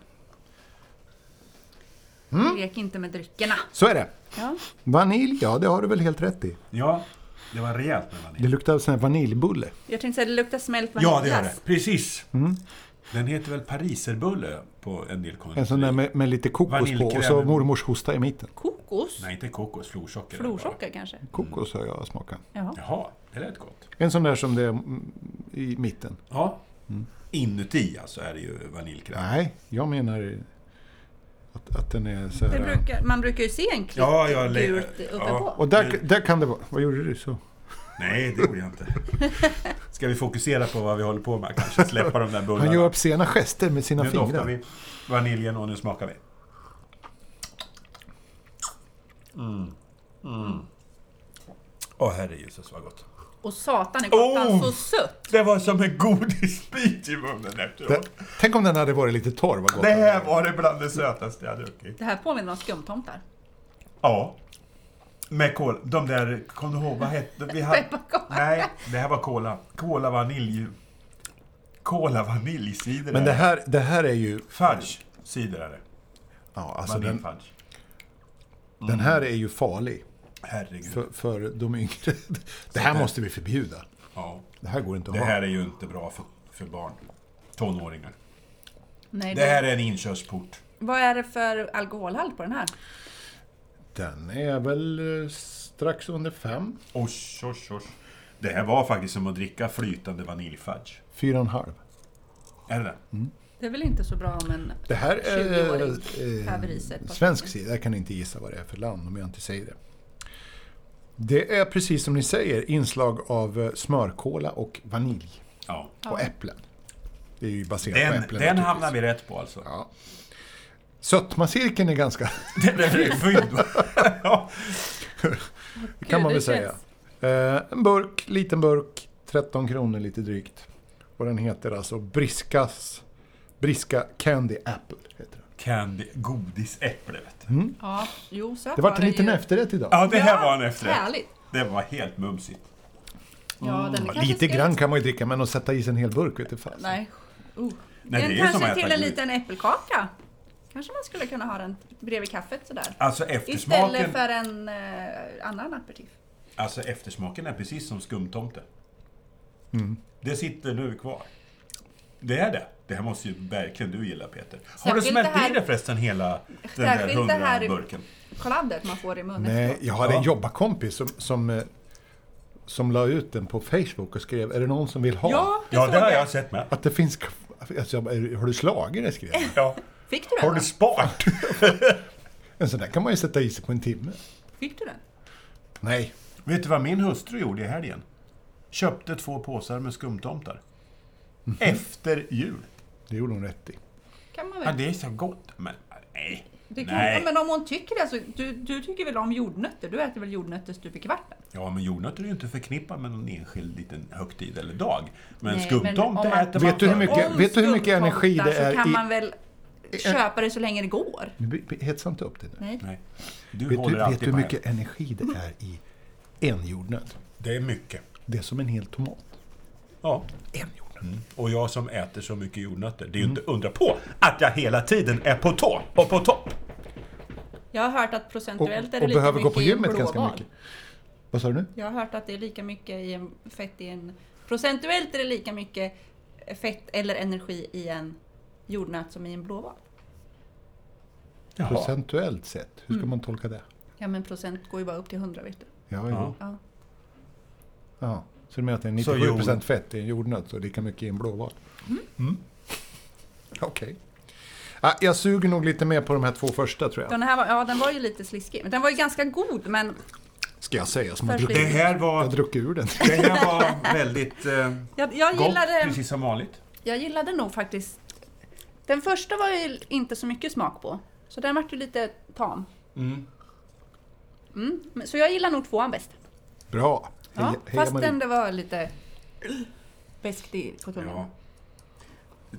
[SPEAKER 2] Mm.
[SPEAKER 1] Lek inte med dryckerna.
[SPEAKER 3] Så är det.
[SPEAKER 1] Ja.
[SPEAKER 3] Vanilj, ja det har du väl helt rätt i.
[SPEAKER 2] Ja, det var rejält med vanilj.
[SPEAKER 3] Det luktar sån här vaniljbulle.
[SPEAKER 1] Jag tänkte säga, det luktar smält
[SPEAKER 2] Ja, det gör
[SPEAKER 1] vaniljglass.
[SPEAKER 2] det. Precis.
[SPEAKER 3] Mm.
[SPEAKER 2] Den heter väl pariserbulle på en del konditorier.
[SPEAKER 3] En sån där med, med lite kokos på och så
[SPEAKER 2] Vaniljkräm.
[SPEAKER 3] mormors hosta i mitten.
[SPEAKER 1] Kokos?
[SPEAKER 2] Nej, inte kokos, florsocker. är det bara.
[SPEAKER 1] Florsocker kanske?
[SPEAKER 3] Kokos har jag smakat.
[SPEAKER 1] Ja.
[SPEAKER 2] Jaha, det lät gott.
[SPEAKER 3] En sån där som det är mm, i mitten.
[SPEAKER 2] Ja.
[SPEAKER 3] Mm.
[SPEAKER 2] Inuti alltså är det ju vaniljkräm.
[SPEAKER 3] Nej, jag menar att, att den är så
[SPEAKER 1] Det
[SPEAKER 3] här.
[SPEAKER 1] brukar, man brukar ju se en klipp
[SPEAKER 2] Ja, jag le-
[SPEAKER 1] gult uppe
[SPEAKER 2] ja.
[SPEAKER 1] på.
[SPEAKER 3] Och där, där kan det vara. Vad gjorde du så?
[SPEAKER 2] Nej, det gjorde jag inte. Ska vi fokusera på vad vi håller på med kanske? Släppa de där bullarna.
[SPEAKER 3] Han gör obscena gester med sina
[SPEAKER 2] nu doftar
[SPEAKER 3] fingrar.
[SPEAKER 2] vi vaniljen och nu smakar vi. Mm. Åh, herrejösses vad gott.
[SPEAKER 1] Och satan är gott,
[SPEAKER 2] Oh!
[SPEAKER 1] så sött!
[SPEAKER 2] Det var som en godisbit i munnen
[SPEAKER 3] Det,
[SPEAKER 2] efteråt.
[SPEAKER 3] tänk om den hade varit lite torr, vad gott.
[SPEAKER 2] Det här var det bland det sötaste jag druckit.
[SPEAKER 1] Det här påminner om skumtomtar.
[SPEAKER 2] Ja. Med kol. De där, kom du ihåg vad hette... Vi hade,
[SPEAKER 1] Pepparkakor.
[SPEAKER 2] Nej, det här var kola. Kola vanilj... Kola vaniljcider.
[SPEAKER 3] Men
[SPEAKER 2] är
[SPEAKER 3] det här, det här är ju...
[SPEAKER 2] Fudge cider är det.
[SPEAKER 3] Ja, alltså den,
[SPEAKER 2] Vaniljfudge.
[SPEAKER 3] den
[SPEAKER 2] Mm.
[SPEAKER 3] här är ju farlig.
[SPEAKER 2] Herregud.
[SPEAKER 3] för, för de yngre. Det här måste vi förbjuda.
[SPEAKER 2] Ja.
[SPEAKER 3] Det här går inte att
[SPEAKER 2] Det
[SPEAKER 3] ha.
[SPEAKER 2] här är ju inte bra för, för barn. Tonåringar.
[SPEAKER 1] Nej,
[SPEAKER 2] Det här är en inkörsport.
[SPEAKER 1] Vad är det för alkoholhalt på den här?
[SPEAKER 3] Den är väl eh, strax under 5.
[SPEAKER 2] Osh, osh, osh. Det här var faktiskt som att dricka flytande vaniljfudge.
[SPEAKER 3] 4,5.
[SPEAKER 2] Är det det?
[SPEAKER 1] Det är väl inte så bra om en
[SPEAKER 3] Det här
[SPEAKER 1] 20-åring
[SPEAKER 3] är
[SPEAKER 1] häver
[SPEAKER 3] eh,
[SPEAKER 1] i sig ett par
[SPEAKER 3] svensk sida. Jag kan inte gissa vad det är för land om jag inte säger det. Det är precis som ni säger, inslag av eh, smörkola och vanilj.
[SPEAKER 2] Ja.
[SPEAKER 3] Och äpplen. Det är ju baserat på
[SPEAKER 2] Den,
[SPEAKER 3] äpplen.
[SPEAKER 2] den
[SPEAKER 3] naturligtvis.
[SPEAKER 2] hamnar vi rätt på alltså.
[SPEAKER 3] Ja. Sötmacirkeln är ganska...
[SPEAKER 2] Den är fylld. ja.
[SPEAKER 3] Det kan man väl
[SPEAKER 1] Gud, det
[SPEAKER 3] säga. Eh, en burk, liten burk, 13 kronor lite drygt. Och den heter alltså Briskas, Briska Candy Apple. Heter den.
[SPEAKER 2] Candy, godisäpple vet du.
[SPEAKER 1] Ja, jo, söt
[SPEAKER 3] Det var en
[SPEAKER 1] den
[SPEAKER 3] liten
[SPEAKER 1] ju.
[SPEAKER 3] efterrätt idag.
[SPEAKER 2] Ja, det här
[SPEAKER 1] Mm. Ja,
[SPEAKER 2] var en efterrätt.
[SPEAKER 1] Härligt.
[SPEAKER 2] Det var helt mumsigt.
[SPEAKER 1] Ja,
[SPEAKER 2] Mm,
[SPEAKER 1] den
[SPEAKER 3] Ja,
[SPEAKER 1] kanske
[SPEAKER 3] Lite
[SPEAKER 1] ska-
[SPEAKER 3] grann kan man ju dricka, men att sätta i sig en hel burk vet du fan.
[SPEAKER 1] Nej. Uh.
[SPEAKER 2] Nej, det är
[SPEAKER 1] den
[SPEAKER 2] ju som att
[SPEAKER 1] kanske
[SPEAKER 2] äta
[SPEAKER 1] till en
[SPEAKER 2] gud.
[SPEAKER 1] liten äppelkaka. Kanske man skulle kunna ha den bredvid kaffet sådär.
[SPEAKER 2] Alltså
[SPEAKER 1] Istället
[SPEAKER 2] eftersmaken,
[SPEAKER 1] för en eh, annan aperitif.
[SPEAKER 2] alltså eftersmaken är precis som skumtomte.
[SPEAKER 3] Mm.
[SPEAKER 2] Det sitter nu kvar. Det är det. Det här måste ju verkligen du gilla Peter. Har du
[SPEAKER 1] Särskilt
[SPEAKER 2] smält
[SPEAKER 1] det här-
[SPEAKER 2] i dig förresten hela den där
[SPEAKER 1] Särskilt det här-
[SPEAKER 2] hundraburken?
[SPEAKER 1] Kladdet man får i munnen.
[SPEAKER 3] Nej,
[SPEAKER 1] efteråt.
[SPEAKER 3] jag hade en
[SPEAKER 2] Ja.
[SPEAKER 3] jobbarkompis som, som, eh, som la ut den på Facebook och skrev Är det någon som vill ha?
[SPEAKER 1] Ja, det,
[SPEAKER 2] Ja, det har
[SPEAKER 1] såg
[SPEAKER 2] jag
[SPEAKER 1] jag.
[SPEAKER 2] sett med.
[SPEAKER 3] Att det finns... kvar." Alltså, jag bara, "Är- har du slagit det? skrev jag.
[SPEAKER 2] Ja.
[SPEAKER 1] Fick du den?
[SPEAKER 2] Har du
[SPEAKER 1] då?
[SPEAKER 2] sparat?
[SPEAKER 3] En sån där kan man ju sätta i sig på en timme.
[SPEAKER 1] Fick du den?
[SPEAKER 3] Nej,
[SPEAKER 2] Vet du vad min hustru gjorde i helgen? Köpte två påsar med skumtomtar.
[SPEAKER 3] Mhm.
[SPEAKER 2] Efter jul.
[SPEAKER 3] det gjorde hon rätt i.
[SPEAKER 1] Kan man
[SPEAKER 2] Ja,
[SPEAKER 1] väl?
[SPEAKER 2] det är så gott. Men nej.
[SPEAKER 1] Det kan,
[SPEAKER 2] nej.
[SPEAKER 1] ja, men om hon tycker det så... Du, du tycker väl om jordnötter? Du äter väl jordnötter stup i kvarten?
[SPEAKER 2] Ja, men jordnötter är ju inte förknippat med någon enskild liten högtid eller dag. Men
[SPEAKER 1] Nej, men
[SPEAKER 2] skumtomte
[SPEAKER 1] om man-
[SPEAKER 2] äter man
[SPEAKER 3] Vet du hur
[SPEAKER 2] för-
[SPEAKER 3] mycket-
[SPEAKER 2] Om-
[SPEAKER 1] Om
[SPEAKER 3] vet du hur mycket
[SPEAKER 1] skumtomtar
[SPEAKER 3] energi det är
[SPEAKER 1] så kan
[SPEAKER 3] i-
[SPEAKER 1] man väl köpa det så länge det går?
[SPEAKER 3] Nu be- be- Hetsa inte upp det nu.
[SPEAKER 1] Nej.
[SPEAKER 2] Nej. Du
[SPEAKER 3] Vet du,
[SPEAKER 2] håller
[SPEAKER 3] vet
[SPEAKER 2] alltid
[SPEAKER 3] du hur
[SPEAKER 2] på
[SPEAKER 3] mycket energi det är i en jordnöt?
[SPEAKER 2] Det är mycket.
[SPEAKER 3] Det är som en hel tomat. Mm.
[SPEAKER 2] Ja.
[SPEAKER 3] En jordnöt.
[SPEAKER 2] Och jag som äter så mycket jordnötter, det är ju
[SPEAKER 3] Mm.
[SPEAKER 2] inte undra på att jag hela tiden är på tå och på topp.
[SPEAKER 1] Jag har hört att procentuellt är det
[SPEAKER 3] och
[SPEAKER 1] lika
[SPEAKER 3] behöver gå
[SPEAKER 1] mycket
[SPEAKER 3] på
[SPEAKER 1] i
[SPEAKER 3] gymmet
[SPEAKER 1] en
[SPEAKER 3] ganska
[SPEAKER 1] blåval.
[SPEAKER 3] mycket. Vad sa du nu?
[SPEAKER 1] Jag har hört att det är lika mycket i en fett i en... Procentuellt är det lika mycket fett eller energi i en jordnöt som i en blåval.
[SPEAKER 2] Jaha.
[SPEAKER 3] Procentuellt sett, hur
[SPEAKER 1] Mm.
[SPEAKER 3] ska man tolka det?
[SPEAKER 1] Ja men procent går ju bara upp till 100 vet du.
[SPEAKER 2] Ja.
[SPEAKER 3] Ja, ja.
[SPEAKER 1] Ja.
[SPEAKER 3] ja. Så du menar att det är
[SPEAKER 2] Så
[SPEAKER 3] 97
[SPEAKER 2] jord-
[SPEAKER 3] fett i en jordnöt och lika mycket i en blåval?
[SPEAKER 1] Mm.
[SPEAKER 3] Okej. Ja, jag suger nog lite mer på de här två första tror jag.
[SPEAKER 1] Den här var, ja, den var ju lite sliskig. Men den var ju ganska god men
[SPEAKER 3] Ska jag säga som har
[SPEAKER 1] Först
[SPEAKER 2] Det
[SPEAKER 3] druckit,
[SPEAKER 1] lite.
[SPEAKER 2] här
[SPEAKER 3] jag har
[SPEAKER 2] var,
[SPEAKER 3] druckit ur den.
[SPEAKER 2] det här var väldigt eh,
[SPEAKER 1] jag, jag,
[SPEAKER 2] gott,
[SPEAKER 1] gillade,
[SPEAKER 2] precis som vanligt.
[SPEAKER 1] jag gillade nog faktiskt... Den första var ju inte så mycket smak på. Så den vart ju lite tam.
[SPEAKER 2] Mm.
[SPEAKER 1] Mm. men- Så jag gillar nog tvåan bäst.
[SPEAKER 3] Bra!
[SPEAKER 1] Ja,
[SPEAKER 3] Heja- heja
[SPEAKER 1] fast
[SPEAKER 3] Marie.
[SPEAKER 1] den det var lite beskt i på tungan.
[SPEAKER 2] Ja.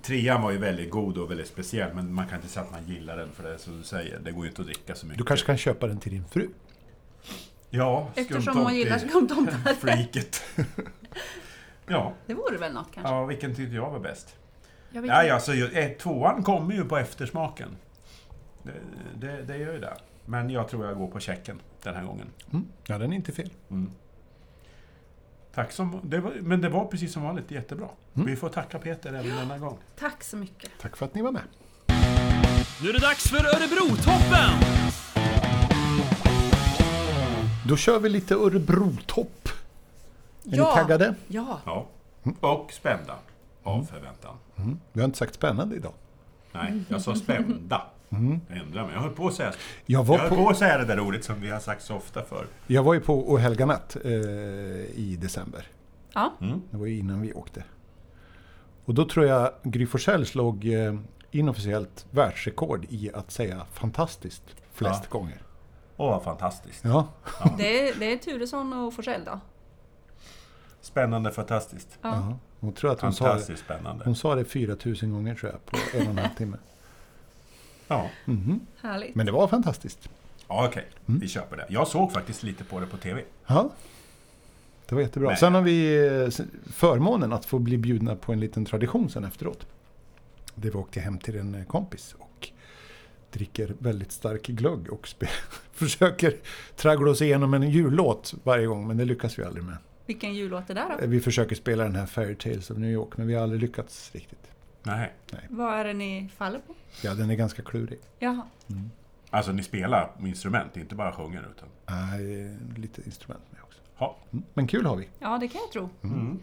[SPEAKER 2] Trean var ju väldigt god och väldigt speciell, men man kan inte säga att man gillar den för det är som du säger, det går ju inte att dricka så mycket.
[SPEAKER 3] Du kanske kan köpa den till din fru?
[SPEAKER 2] Ja,
[SPEAKER 1] Eftersom
[SPEAKER 2] skumtomte
[SPEAKER 1] hon gillar skumtomtar.
[SPEAKER 2] freaket. ja,
[SPEAKER 1] Det vore väl något kanske?
[SPEAKER 2] ja, vilken tyckte jag var bäst?
[SPEAKER 1] Jag vet
[SPEAKER 2] Nej,
[SPEAKER 1] inte.
[SPEAKER 2] alltså, ju- eh, tvåan kommer ju på eftersmaken. Det, det, det gör ju det. Men jag tror jag går på checken den här gången.
[SPEAKER 3] Mm. Ja, den är inte fel.
[SPEAKER 2] Tack som, det var, men det var precis som vanligt jättebra. Vi får tacka Peter även denna gång.
[SPEAKER 1] Tack så mycket.
[SPEAKER 3] Tack för att ni var med.
[SPEAKER 4] Nu är det dags för Örebro-toppen!
[SPEAKER 3] Då kör vi lite Örebro-topp. Är
[SPEAKER 1] ja.
[SPEAKER 3] ni taggade?
[SPEAKER 1] Ja.
[SPEAKER 2] Ja. Och spända av förväntan.
[SPEAKER 3] Vi har inte sagt spännande idag.
[SPEAKER 2] Nej, jag sa spända. Jag ändrar mig. Jag höll på att säga,
[SPEAKER 3] Jag
[SPEAKER 2] Mm. jag
[SPEAKER 3] var,
[SPEAKER 2] höll
[SPEAKER 3] på,
[SPEAKER 2] på att säga det där ordet som vi har sagt så ofta för.
[SPEAKER 3] jag var ju på O helga natt eh, i december. Mm.
[SPEAKER 1] Ja.
[SPEAKER 3] Det var ju innan vi åkte. Och då tror jag Gry Forssell slog eh, inofficiellt världsrekord i att säga fantastiskt flest gånger.
[SPEAKER 2] Åh, vad fantastiskt.
[SPEAKER 3] Ja,
[SPEAKER 1] Det, är, det är Turesson och Forsell då.
[SPEAKER 2] Spännande, fantastiskt.
[SPEAKER 1] Ja.
[SPEAKER 3] hon tror att hon sa, det-
[SPEAKER 2] Fantastiskt spännande.
[SPEAKER 3] hon sa det 4000 gånger tror jag på en och en halv timme.
[SPEAKER 2] Ja,
[SPEAKER 1] Härligt.
[SPEAKER 3] Men det var fantastiskt.
[SPEAKER 2] ja okej. Vi köper det. Jag såg faktiskt lite på det på TV.
[SPEAKER 3] Ja. Det var jättebra.
[SPEAKER 2] Nej.
[SPEAKER 3] Sen har vi eh, s- förmånen att få bli bjudna på en liten tradition sen efteråt. Det vi åkte hem till en eh, kompis och dricker väldigt stark glögg och spe- försöker traggla oss igenom en jullåt varje gång, men Eh. det lyckas vi aldrig med.
[SPEAKER 1] Vilken jullåt är det då?
[SPEAKER 3] Vi försöker spela den här Fairy Tales of New York, men vi har aldrig lyckats riktigt.
[SPEAKER 2] Nej.
[SPEAKER 1] Vad är det ni faller på?
[SPEAKER 3] Ja, den är ganska klurig.
[SPEAKER 1] Jaha.
[SPEAKER 2] Alltså ni spelar instrument, inte bara sjunger. Utan...
[SPEAKER 3] Nej, lite instrument med också.
[SPEAKER 2] Ja.
[SPEAKER 3] Mm, Men kul har vi.
[SPEAKER 1] Ja, det kan jag tro.
[SPEAKER 2] Mm.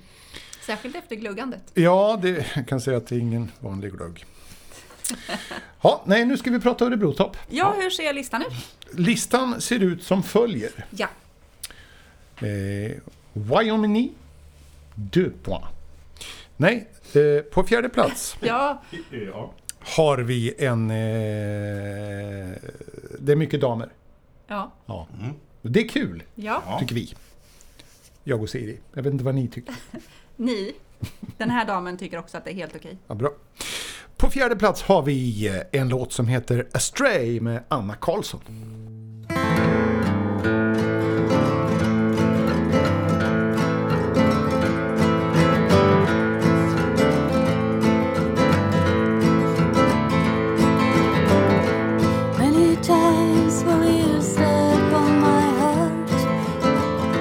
[SPEAKER 1] Särskilt efter gluggandet.
[SPEAKER 3] Ja, det jag kan säga att det är ingen vanlig glögg. Ja, nej, nu ska vi prata Örebrotopp.
[SPEAKER 1] Ja, hur ser listan ut?
[SPEAKER 3] Listan ser ut som följer.
[SPEAKER 1] Ja.
[SPEAKER 3] Eh, Wyoming, deux points. Nej, eh, på fjärde plats
[SPEAKER 1] Ja,
[SPEAKER 2] Ja.
[SPEAKER 3] har vi en... Eh, det är mycket damer.
[SPEAKER 1] ja,
[SPEAKER 3] Ja.
[SPEAKER 2] Mm.
[SPEAKER 3] Det är kul,
[SPEAKER 1] ja.
[SPEAKER 2] Ja.
[SPEAKER 3] tycker vi. Jag och Siri. Jag vet inte vad ni tycker.
[SPEAKER 1] Ni, den här damen tycker också att det är helt okej.
[SPEAKER 3] Ja, bra. På fjärde plats har vi eh, en låt som heter Astray med Anna Karlsson.
[SPEAKER 5] Many times will you step on my heart?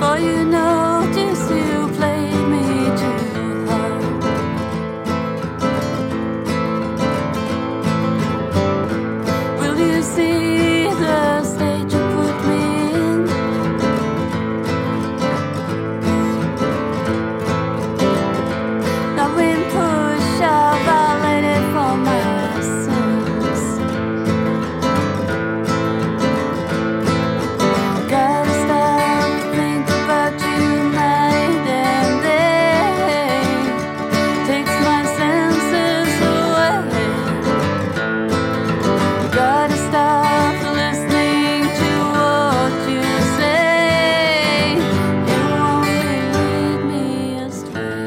[SPEAKER 5] For you notice you played me too hard. Will you see the state you put me in? Now in push up, I waited for my sins. I gotta stop to think about you night and day. Takes my senses away. Gotta stop listening to what you say. It won't lead me astray.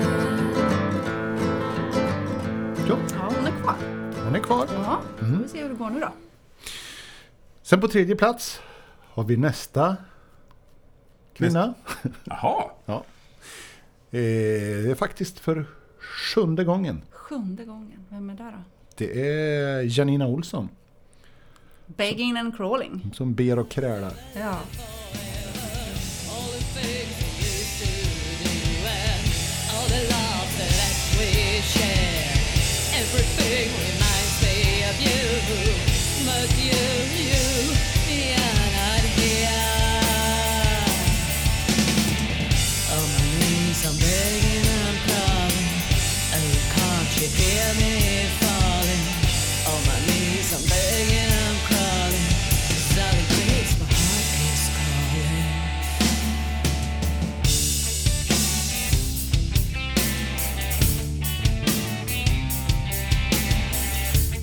[SPEAKER 3] Ja,
[SPEAKER 1] Ja, hon är kvar.
[SPEAKER 3] hon är kvar.
[SPEAKER 1] Ja,
[SPEAKER 3] Mm.
[SPEAKER 1] då får vi se hur det går nu då.
[SPEAKER 3] Sen på tredje plats har vi nästa kvinna.
[SPEAKER 2] Jaha.
[SPEAKER 3] Ja. Eh, Det är faktiskt för sjunde gången.
[SPEAKER 1] Sjunde gången. Vem är det då?
[SPEAKER 3] Det är Janina Olsson
[SPEAKER 1] Begging and crawling.
[SPEAKER 3] som ber och krälar.
[SPEAKER 1] Ja.
[SPEAKER 6] All the love that we share, everything reminds me of you. But you, you, you're not here. On Oh, my knees, I'm begging and crawling. Oh, can't you hear me falling? On my knees, I'm begging and crawling. Solid creaks, my heart keeps calling.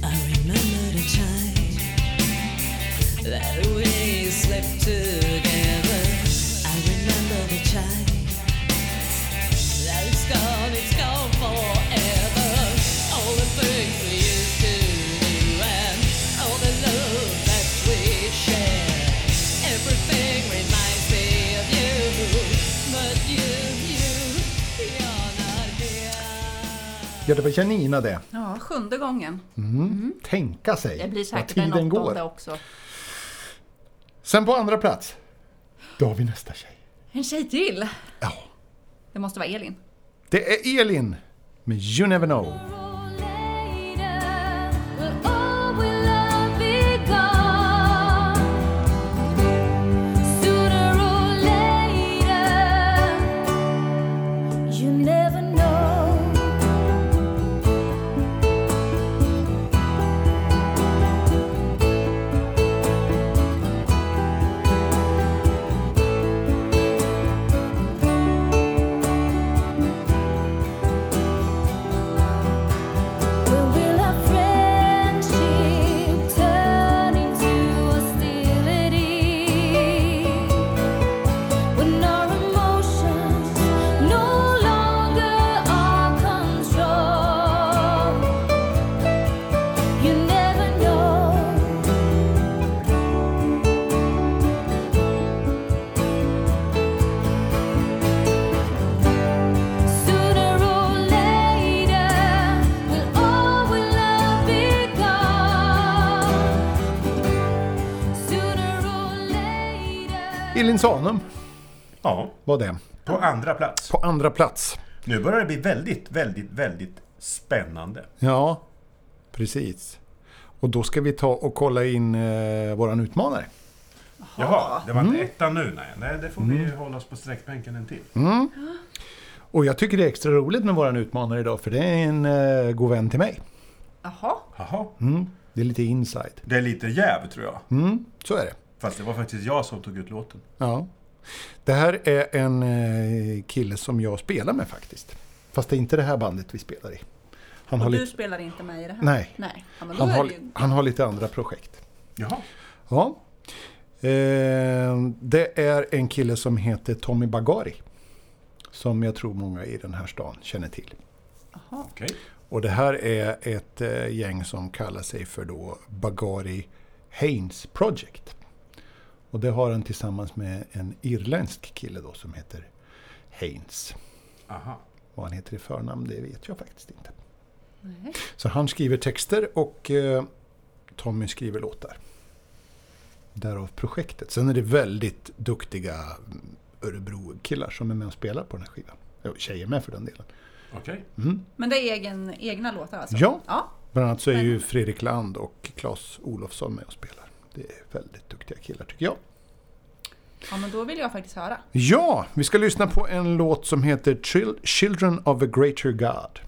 [SPEAKER 6] I remember the time that we slept together. I remember the time that it's gone, it's gone forever. All the things we used to do and all the love that we share. Everything reminds me of you, but you, you, you're not here.
[SPEAKER 3] Ja, det var Janina det.
[SPEAKER 1] ja, sjunde gången.
[SPEAKER 3] Tänka sig
[SPEAKER 1] Det blir
[SPEAKER 3] vad
[SPEAKER 1] säkert en
[SPEAKER 3] tiden
[SPEAKER 1] åttonde
[SPEAKER 3] går.
[SPEAKER 1] också.
[SPEAKER 3] Sen på andra plats, då har vi nästa tjej.
[SPEAKER 1] En tjej till!
[SPEAKER 3] Ja.
[SPEAKER 1] Det måste vara Elin.
[SPEAKER 3] Det är Elin med You Never Know.
[SPEAKER 5] You never know.
[SPEAKER 3] I Linsanum
[SPEAKER 2] Ja,
[SPEAKER 3] var det.
[SPEAKER 2] på andra plats.
[SPEAKER 3] På andra plats.
[SPEAKER 2] Nu börjar det bli väldigt, väldigt, väldigt spännande.
[SPEAKER 3] Ja, precis. Och då ska vi ta och kolla in eh, våran utmanare.
[SPEAKER 2] Jaha, det var inte ettan nu. Nej, nej det får vi ju hålla oss på sträckbänken en till.
[SPEAKER 3] Och jag tycker det är extra roligt med våran utmanare idag för det är en eh, god vän till mig. Mm.
[SPEAKER 1] Jaha,
[SPEAKER 2] Jaha.
[SPEAKER 3] Det är lite inside.
[SPEAKER 2] Det är lite jäv tror jag.
[SPEAKER 3] Mm, så är det.
[SPEAKER 2] Fast det var faktiskt jag som tog ut låten.
[SPEAKER 3] Ja. Det här är en eh, kille som jag spelar med faktiskt. Fast det är inte det här bandet vi spelar i. Han har,
[SPEAKER 1] och du
[SPEAKER 3] lite,
[SPEAKER 1] spelar inte med i det här?
[SPEAKER 3] Nej.
[SPEAKER 1] Nej. Ja, men då
[SPEAKER 3] han,
[SPEAKER 1] är
[SPEAKER 3] har,
[SPEAKER 1] det ju...
[SPEAKER 3] han har lite andra projekt.
[SPEAKER 2] Jaha.
[SPEAKER 3] Ja. Eh, det är en kille som heter Tommy Bagari. Som jag tror många i den här stan känner till.
[SPEAKER 1] Jaha.
[SPEAKER 2] Okej.
[SPEAKER 3] Och det här är ett eh, gäng som kallar sig för då Bagari Haynes Project. Och det har han tillsammans med en irländsk kille då som heter Haynes.
[SPEAKER 2] Aha.
[SPEAKER 3] Vad han heter i förnamn, det vet jag faktiskt inte.
[SPEAKER 1] Nej.
[SPEAKER 3] Så han skriver texter och eh, Tommy skriver låtar. Därav projektet. Sen är det väldigt duktiga mm, Örebro-killar som är med och spelar på den här skivan. Ja, Tjejer med för den delen.
[SPEAKER 2] Okej.
[SPEAKER 1] Men det är egen, egna låtar alltså?
[SPEAKER 3] Ja.
[SPEAKER 1] ja.
[SPEAKER 3] Bland annat så är ju Fredrik Land och Claes Olofsson med och spelar. Det är väldigt duktiga killar tycker jag.
[SPEAKER 1] Ja, men då vill jag faktiskt höra.
[SPEAKER 3] Ja, vi ska lyssna på en låt som heter Chil- Children of a Greater God.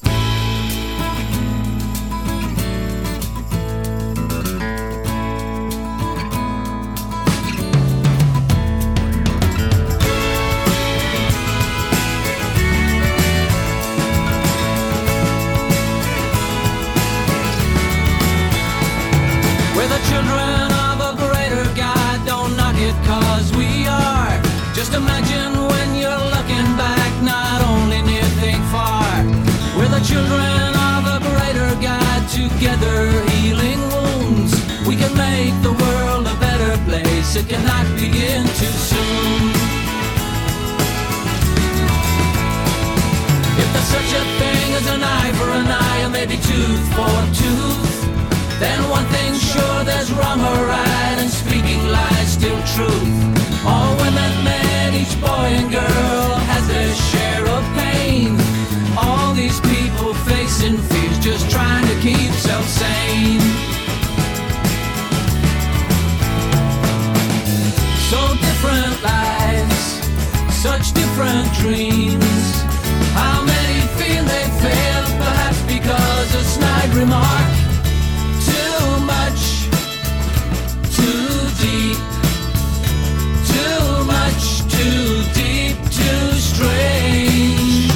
[SPEAKER 7] We're the children of a greater God. Don't knock it, cause we are. Just imagine when you're looking back, not only near, think far. We're the children of a greater God, together healing wounds. We can make the world a better place, it cannot begin too soon. If there's such a thing as an eye for an eye, and maybe tooth for tooth. Then one thing's sure there's wrong or right And speaking lies still truth All women, men, each boy and girl Has their share of pain All these people facing fears Just trying to keep self sane So different lives Such different dreams How many feel they fail Perhaps because a snide remark too much, too deep, too much, too deep, too strange.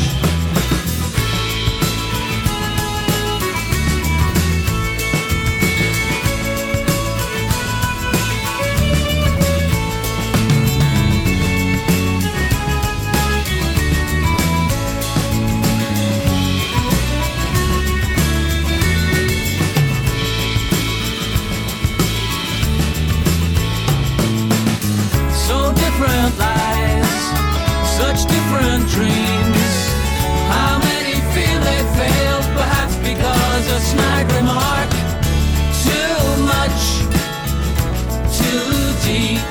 [SPEAKER 7] So different lives, such different dreams. How many feel they failed, perhaps because a snide remark? Too much, too deep,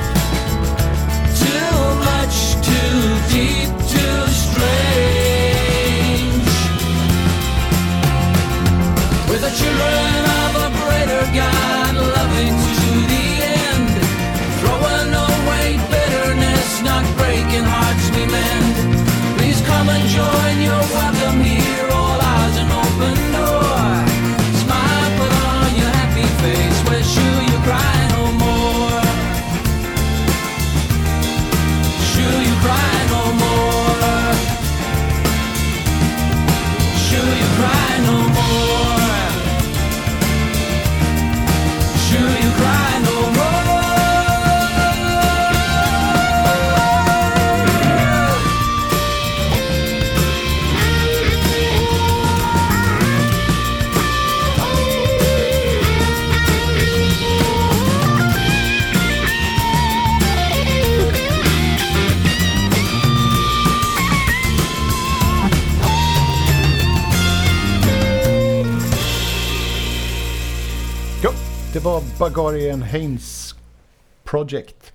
[SPEAKER 7] too much, too deep, too strange. We're the children of a greater God, loving to the end. Throwing away bitterness, not breaking hearts we mend. Please come and join, you're welcome here. All eyes an open door. Smile, put on your happy face. We're sure you cry no more. Sure you cry no more. Sure you cry no more. Sure you cry no more.
[SPEAKER 3] Ja, det var Bagari and Haynes Project.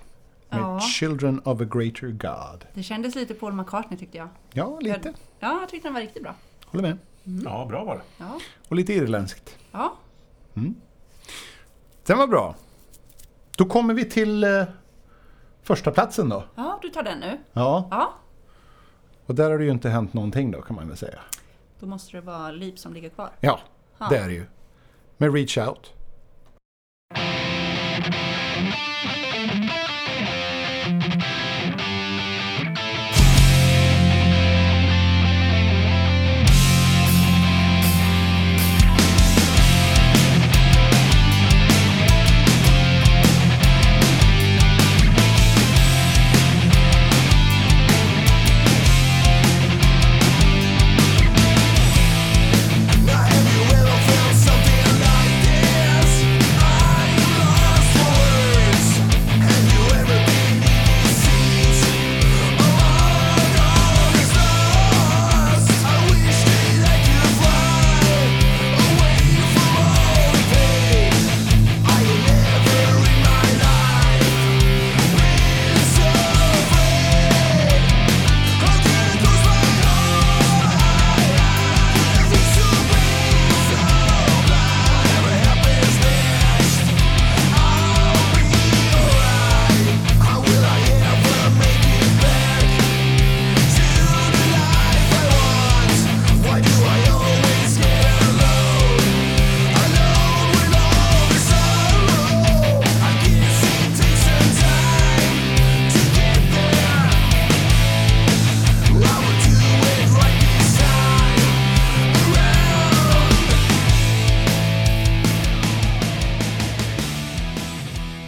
[SPEAKER 3] Med
[SPEAKER 1] Ja.
[SPEAKER 3] Children of a Greater God.
[SPEAKER 1] Det kändes lite Paul McCartney tyckte jag.
[SPEAKER 3] Ja, lite.
[SPEAKER 1] Ja, jag tyckte den var riktigt bra.
[SPEAKER 3] Håller med.
[SPEAKER 2] Ja, bra var det.
[SPEAKER 1] Ja,
[SPEAKER 3] Och lite irländskt.
[SPEAKER 1] ja.
[SPEAKER 3] Den var bra. Då kommer vi till eh, första platsen då.
[SPEAKER 1] ja du tar den nu.
[SPEAKER 3] Ja,
[SPEAKER 1] Ja,
[SPEAKER 3] och där har det ju inte hänt någonting då kan man väl säga.
[SPEAKER 1] då måste det vara Liv som ligger kvar.
[SPEAKER 3] Ja,
[SPEAKER 1] Ja.
[SPEAKER 3] det är det ju. Med Reach Out.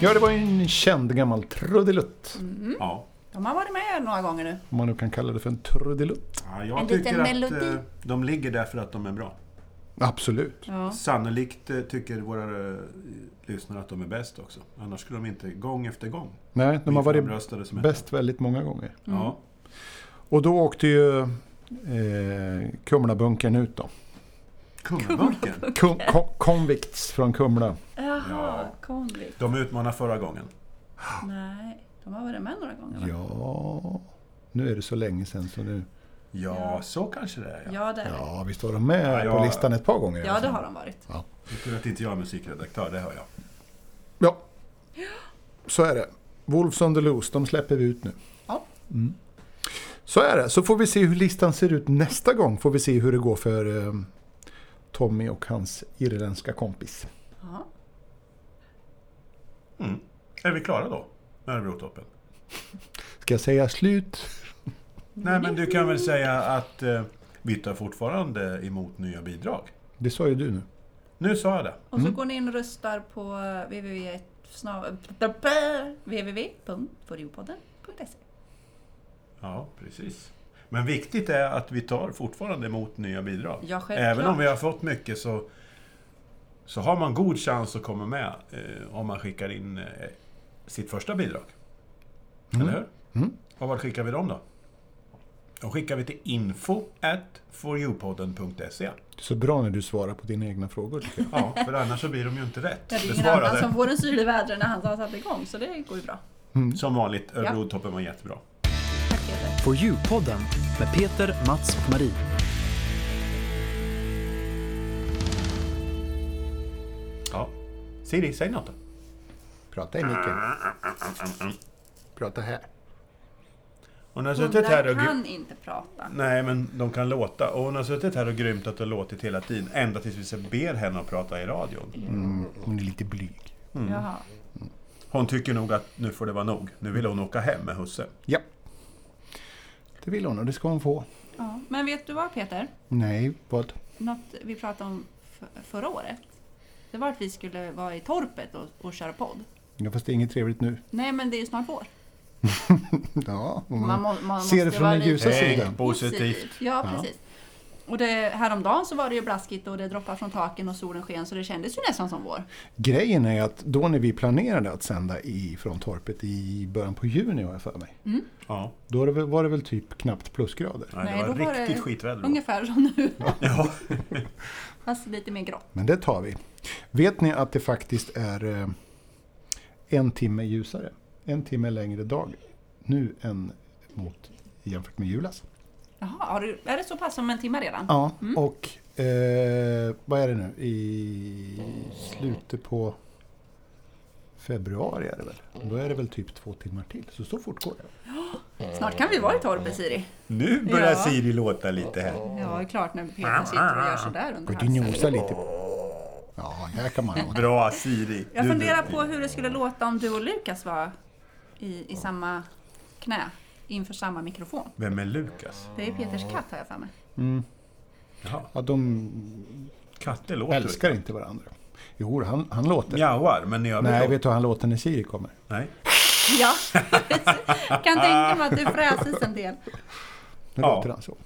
[SPEAKER 3] Ja, det var ju en känd gammal trudelutt.
[SPEAKER 1] Mm.
[SPEAKER 2] Ja.
[SPEAKER 1] De har varit med några gånger nu.
[SPEAKER 3] Om man nu kan kalla det för en trudelutt.
[SPEAKER 2] Ja, jag
[SPEAKER 1] En liten
[SPEAKER 2] tycker att
[SPEAKER 1] melodi.
[SPEAKER 2] eh, de ligger där för att de är bra.
[SPEAKER 3] Absolut.
[SPEAKER 1] Ja.
[SPEAKER 2] Sannolikt eh, tycker våra eh, lyssnare att de är bäst också. Annars skulle de inte, gång efter gång,
[SPEAKER 3] Nej, de har varit
[SPEAKER 2] röstade som etta.
[SPEAKER 3] bäst väldigt många gånger.
[SPEAKER 2] Ja.
[SPEAKER 3] Och då åkte ju eh, Kumlabunkern ut då.
[SPEAKER 2] Kumlabunkern.
[SPEAKER 3] Kum, ko, convicts från Kumla.
[SPEAKER 1] Jaha,
[SPEAKER 2] Ja.
[SPEAKER 1] konvikt.
[SPEAKER 2] De utmanade förra gången.
[SPEAKER 1] Nej, de har varit med några gånger. va?
[SPEAKER 3] Ja, nu är det så länge sedan så nu...
[SPEAKER 2] Ja,
[SPEAKER 1] Ja.
[SPEAKER 2] så kanske det är. Ja.
[SPEAKER 1] Ja, det, är det.
[SPEAKER 3] Ja, visst var de med
[SPEAKER 2] Ja,
[SPEAKER 3] på
[SPEAKER 2] ja.
[SPEAKER 3] listan ett par gånger? i
[SPEAKER 1] ja,
[SPEAKER 3] alla
[SPEAKER 1] det
[SPEAKER 3] fall.
[SPEAKER 1] har de varit.
[SPEAKER 2] Tur att inte jag är musikredaktör, det hör jag.
[SPEAKER 3] Ja, så är det. Wolves on the loose, de släpper vi ut nu.
[SPEAKER 1] Ja.
[SPEAKER 3] Mm. Så är det, så får vi se hur listan ser ut nästa gång. Får vi se hur det går för eh, Tommy och hans irländska kompis.
[SPEAKER 1] Ja.
[SPEAKER 2] Mm. Är vi klara då? Med Örebrotoppen?
[SPEAKER 3] Ska jag säga slut?
[SPEAKER 2] Nej, men du kan väl säga att eh, vi tar fortfarande emot nya bidrag.
[SPEAKER 3] Det sa ju du nu.
[SPEAKER 2] Nu sa jag det.
[SPEAKER 1] Och så går ni in och röstar på www. www.foodiopodden.se
[SPEAKER 2] Ja, precis. Men viktigt är att vi tar fortfarande emot nya bidrag.
[SPEAKER 1] Ja, självklart.
[SPEAKER 2] Även om vi har fått mycket så, så har man god chans att komma med eh, om man skickar in eh, sitt första bidrag. Eller hur? Och vart skickar vi dem då? De skickar vi till info at foryoupodden.se.
[SPEAKER 3] Så bra när du svarar på dina egna frågor. tycker jag.
[SPEAKER 2] Ja, för annars så blir de ju inte rätt
[SPEAKER 1] Ja, det är ingen annan
[SPEAKER 2] besvarade.
[SPEAKER 1] som får en syl alltså, i vädret när han har satt igång, så det går ju bra.
[SPEAKER 2] Som vanligt, Örebro-toppen var jättebra.
[SPEAKER 1] Tack Peter.
[SPEAKER 4] For You-podden med Peter, Mats och Marie.
[SPEAKER 2] Ja. Siri, säg något då.
[SPEAKER 3] Prata i micken. Prata här.
[SPEAKER 2] Hon har suttit här
[SPEAKER 1] Hundar
[SPEAKER 2] och... gr-
[SPEAKER 1] kan inte prata.
[SPEAKER 2] Nej, men de kan låta. Och hon har suttit här och grymtat och låtit hela tiden. Ända tills vi så ber henne att prata i radion.
[SPEAKER 3] Mm, Hon är lite blyg.
[SPEAKER 1] Jaha.
[SPEAKER 2] Hon tycker nog att nu får det vara nog. Nu vill hon åka hem med husse.
[SPEAKER 3] Ja. Det vill hon och det ska hon få.
[SPEAKER 1] Ja. Men vet du vad Peter?
[SPEAKER 3] Nej, vad?
[SPEAKER 1] Något vi pratade om f- förra året. Det var att vi skulle vara i torpet och, och köra podd.
[SPEAKER 3] Ja, fast det är inget trevligt nu.
[SPEAKER 1] Nej, men det är ju snart vår.
[SPEAKER 3] Ja, och
[SPEAKER 1] Man må, man
[SPEAKER 3] Mm. Ser det
[SPEAKER 1] måste
[SPEAKER 3] från
[SPEAKER 1] vara
[SPEAKER 3] den
[SPEAKER 1] lite
[SPEAKER 3] ljusa
[SPEAKER 2] Tänk
[SPEAKER 3] sidan.
[SPEAKER 2] positivt.
[SPEAKER 1] Ja, precis. Och det, häromdagen så var det ju blaskigt och det droppade från taken och solen sken så det kändes ju nästan som vår.
[SPEAKER 3] Grejen är att då när vi planerade att sända i, från torpet i början på juni har jag för mig.
[SPEAKER 1] Mm.
[SPEAKER 2] Ja.
[SPEAKER 3] Då var det väl, var det väl typ knappt plusgrader.
[SPEAKER 2] Nej, det var
[SPEAKER 1] då
[SPEAKER 2] riktigt skitväder. då.
[SPEAKER 1] Ungefär som nu,
[SPEAKER 2] Ja.
[SPEAKER 1] fast lite mer grått.
[SPEAKER 3] Men det tar vi. Vet ni att det faktiskt är eh, en timme ljusare en timme längre dag nu än mot, jämfört med julas.
[SPEAKER 1] Jaha, har du, är det så pass som en timme redan?
[SPEAKER 3] Ja, och eh, vad är det nu? I slutet på februari är det väl? Då är det väl typ två timmar till. Så så fort går det.
[SPEAKER 1] Snart kan vi vara i Torpe, Siri.
[SPEAKER 2] Nu börjar
[SPEAKER 1] Ja.
[SPEAKER 2] Siri låta lite här.
[SPEAKER 1] Ja, det är klart när
[SPEAKER 2] Ah,
[SPEAKER 1] Peter sitter och gör sådär under
[SPEAKER 3] Du
[SPEAKER 1] halsen.
[SPEAKER 3] nosar lite. Ja, där kan man ha.
[SPEAKER 2] Bra Siri!
[SPEAKER 1] Jag
[SPEAKER 2] Du är
[SPEAKER 1] funderar
[SPEAKER 2] duktig.
[SPEAKER 1] på hur det skulle låta om du och Lukas var i, i samma knä inför samma mikrofon.
[SPEAKER 2] Vem är Lukas?
[SPEAKER 1] Det är Peters katt har jag för mig.
[SPEAKER 3] Ja, de
[SPEAKER 2] Katter låter.
[SPEAKER 3] älskar inte varandra. Jo, han, han låter.
[SPEAKER 2] Mjauar, men i övrigt
[SPEAKER 3] Nej,
[SPEAKER 2] låter-
[SPEAKER 3] vet du hur han låter när Siri kommer?
[SPEAKER 2] Nej.
[SPEAKER 1] Ja, kan tänka mig att du fräses en del.
[SPEAKER 3] Nu
[SPEAKER 2] Ja.
[SPEAKER 3] låter han så.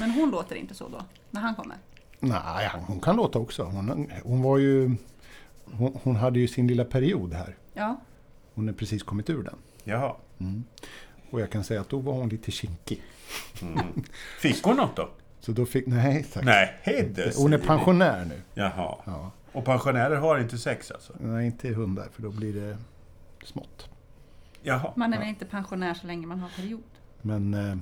[SPEAKER 1] Men hon låter inte så då, när han kommer.
[SPEAKER 3] Nej, han- hon kan låta också. Hon, hon var ju... Hon, hon hade ju sin lilla period här.
[SPEAKER 1] Ja,
[SPEAKER 3] Hon har precis kommit ur den.
[SPEAKER 2] Jaha.
[SPEAKER 3] Och jag kan säga att då var hon lite kinkig.
[SPEAKER 2] Fick hon något då?
[SPEAKER 3] Så då fick... Nej, tack.
[SPEAKER 2] Nej, hedde
[SPEAKER 3] Hon är
[SPEAKER 2] Siri.
[SPEAKER 3] pensionär nu.
[SPEAKER 2] Jaha.
[SPEAKER 3] Ja.
[SPEAKER 2] Och pensionärer har inte sex alltså?
[SPEAKER 3] Nej, inte hundar, för då blir det smått.
[SPEAKER 2] Jaha.
[SPEAKER 1] man är väl inte pensionär så länge man har period.
[SPEAKER 3] Men eh,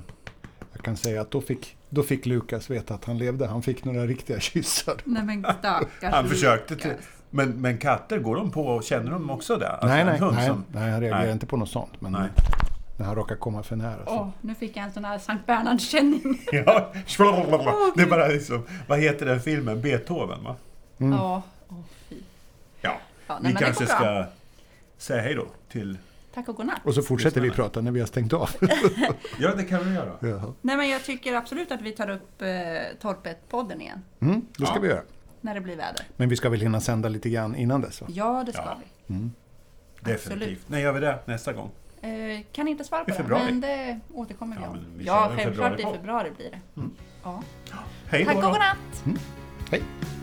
[SPEAKER 3] jag kan säga att då fick, då fick Lukas veta att han levde. Han fick några riktiga kyssar.
[SPEAKER 2] Alltså,
[SPEAKER 1] Nej men stackars
[SPEAKER 2] Han försökte till,
[SPEAKER 1] Lukas.
[SPEAKER 2] men, men katter, går de på och känner de också det? Alltså,
[SPEAKER 3] nej,
[SPEAKER 2] en
[SPEAKER 3] nej,
[SPEAKER 2] hund
[SPEAKER 3] nej,
[SPEAKER 2] som-
[SPEAKER 3] nej, han reagerar
[SPEAKER 2] Nej.
[SPEAKER 3] inte på något sånt. Men
[SPEAKER 2] Nej.
[SPEAKER 3] när han råkar komma för nära.
[SPEAKER 1] Åh,
[SPEAKER 3] Så.
[SPEAKER 1] nu fick jag en sån här Sankt Bernhard-känning.
[SPEAKER 2] Ja, det är bara liksom, vad heter den filmen? Beethoven va?
[SPEAKER 1] Ja, åh fy.
[SPEAKER 2] Ja,
[SPEAKER 1] Ja, nej,
[SPEAKER 2] vi
[SPEAKER 1] men det
[SPEAKER 2] kanske
[SPEAKER 1] går bra.
[SPEAKER 2] ska säga hej då till...
[SPEAKER 1] Tack och godnatt.
[SPEAKER 3] Och så fortsätter vi
[SPEAKER 2] Lyssnarna.
[SPEAKER 3] prata när vi har stängt av.
[SPEAKER 2] Ja, det kan vi göra.
[SPEAKER 3] Jaha.
[SPEAKER 1] Nej men jag tycker absolut att vi tar upp eh, Torpet-podden igen.
[SPEAKER 3] Mm, det ska
[SPEAKER 2] Ja.
[SPEAKER 3] vi göra.
[SPEAKER 1] När det blir väder.
[SPEAKER 3] Men vi ska väl hinna sända lite grann innan dess? Va?
[SPEAKER 1] Ja, det ska
[SPEAKER 2] Ja.
[SPEAKER 1] vi.
[SPEAKER 2] Definitivt. När gör vi det? Nästa gång?
[SPEAKER 1] Eh, kan inte svara på
[SPEAKER 2] I
[SPEAKER 1] det,
[SPEAKER 2] februari.
[SPEAKER 1] men det återkommer vi
[SPEAKER 2] Ja,
[SPEAKER 1] om.
[SPEAKER 2] men vi kör
[SPEAKER 1] ja,
[SPEAKER 2] en
[SPEAKER 1] självklart i
[SPEAKER 2] februaripodd.
[SPEAKER 1] februari blir det. Ja.
[SPEAKER 2] Hej
[SPEAKER 1] Tack
[SPEAKER 2] då
[SPEAKER 1] och
[SPEAKER 2] då!
[SPEAKER 1] godnatt!
[SPEAKER 3] Hej!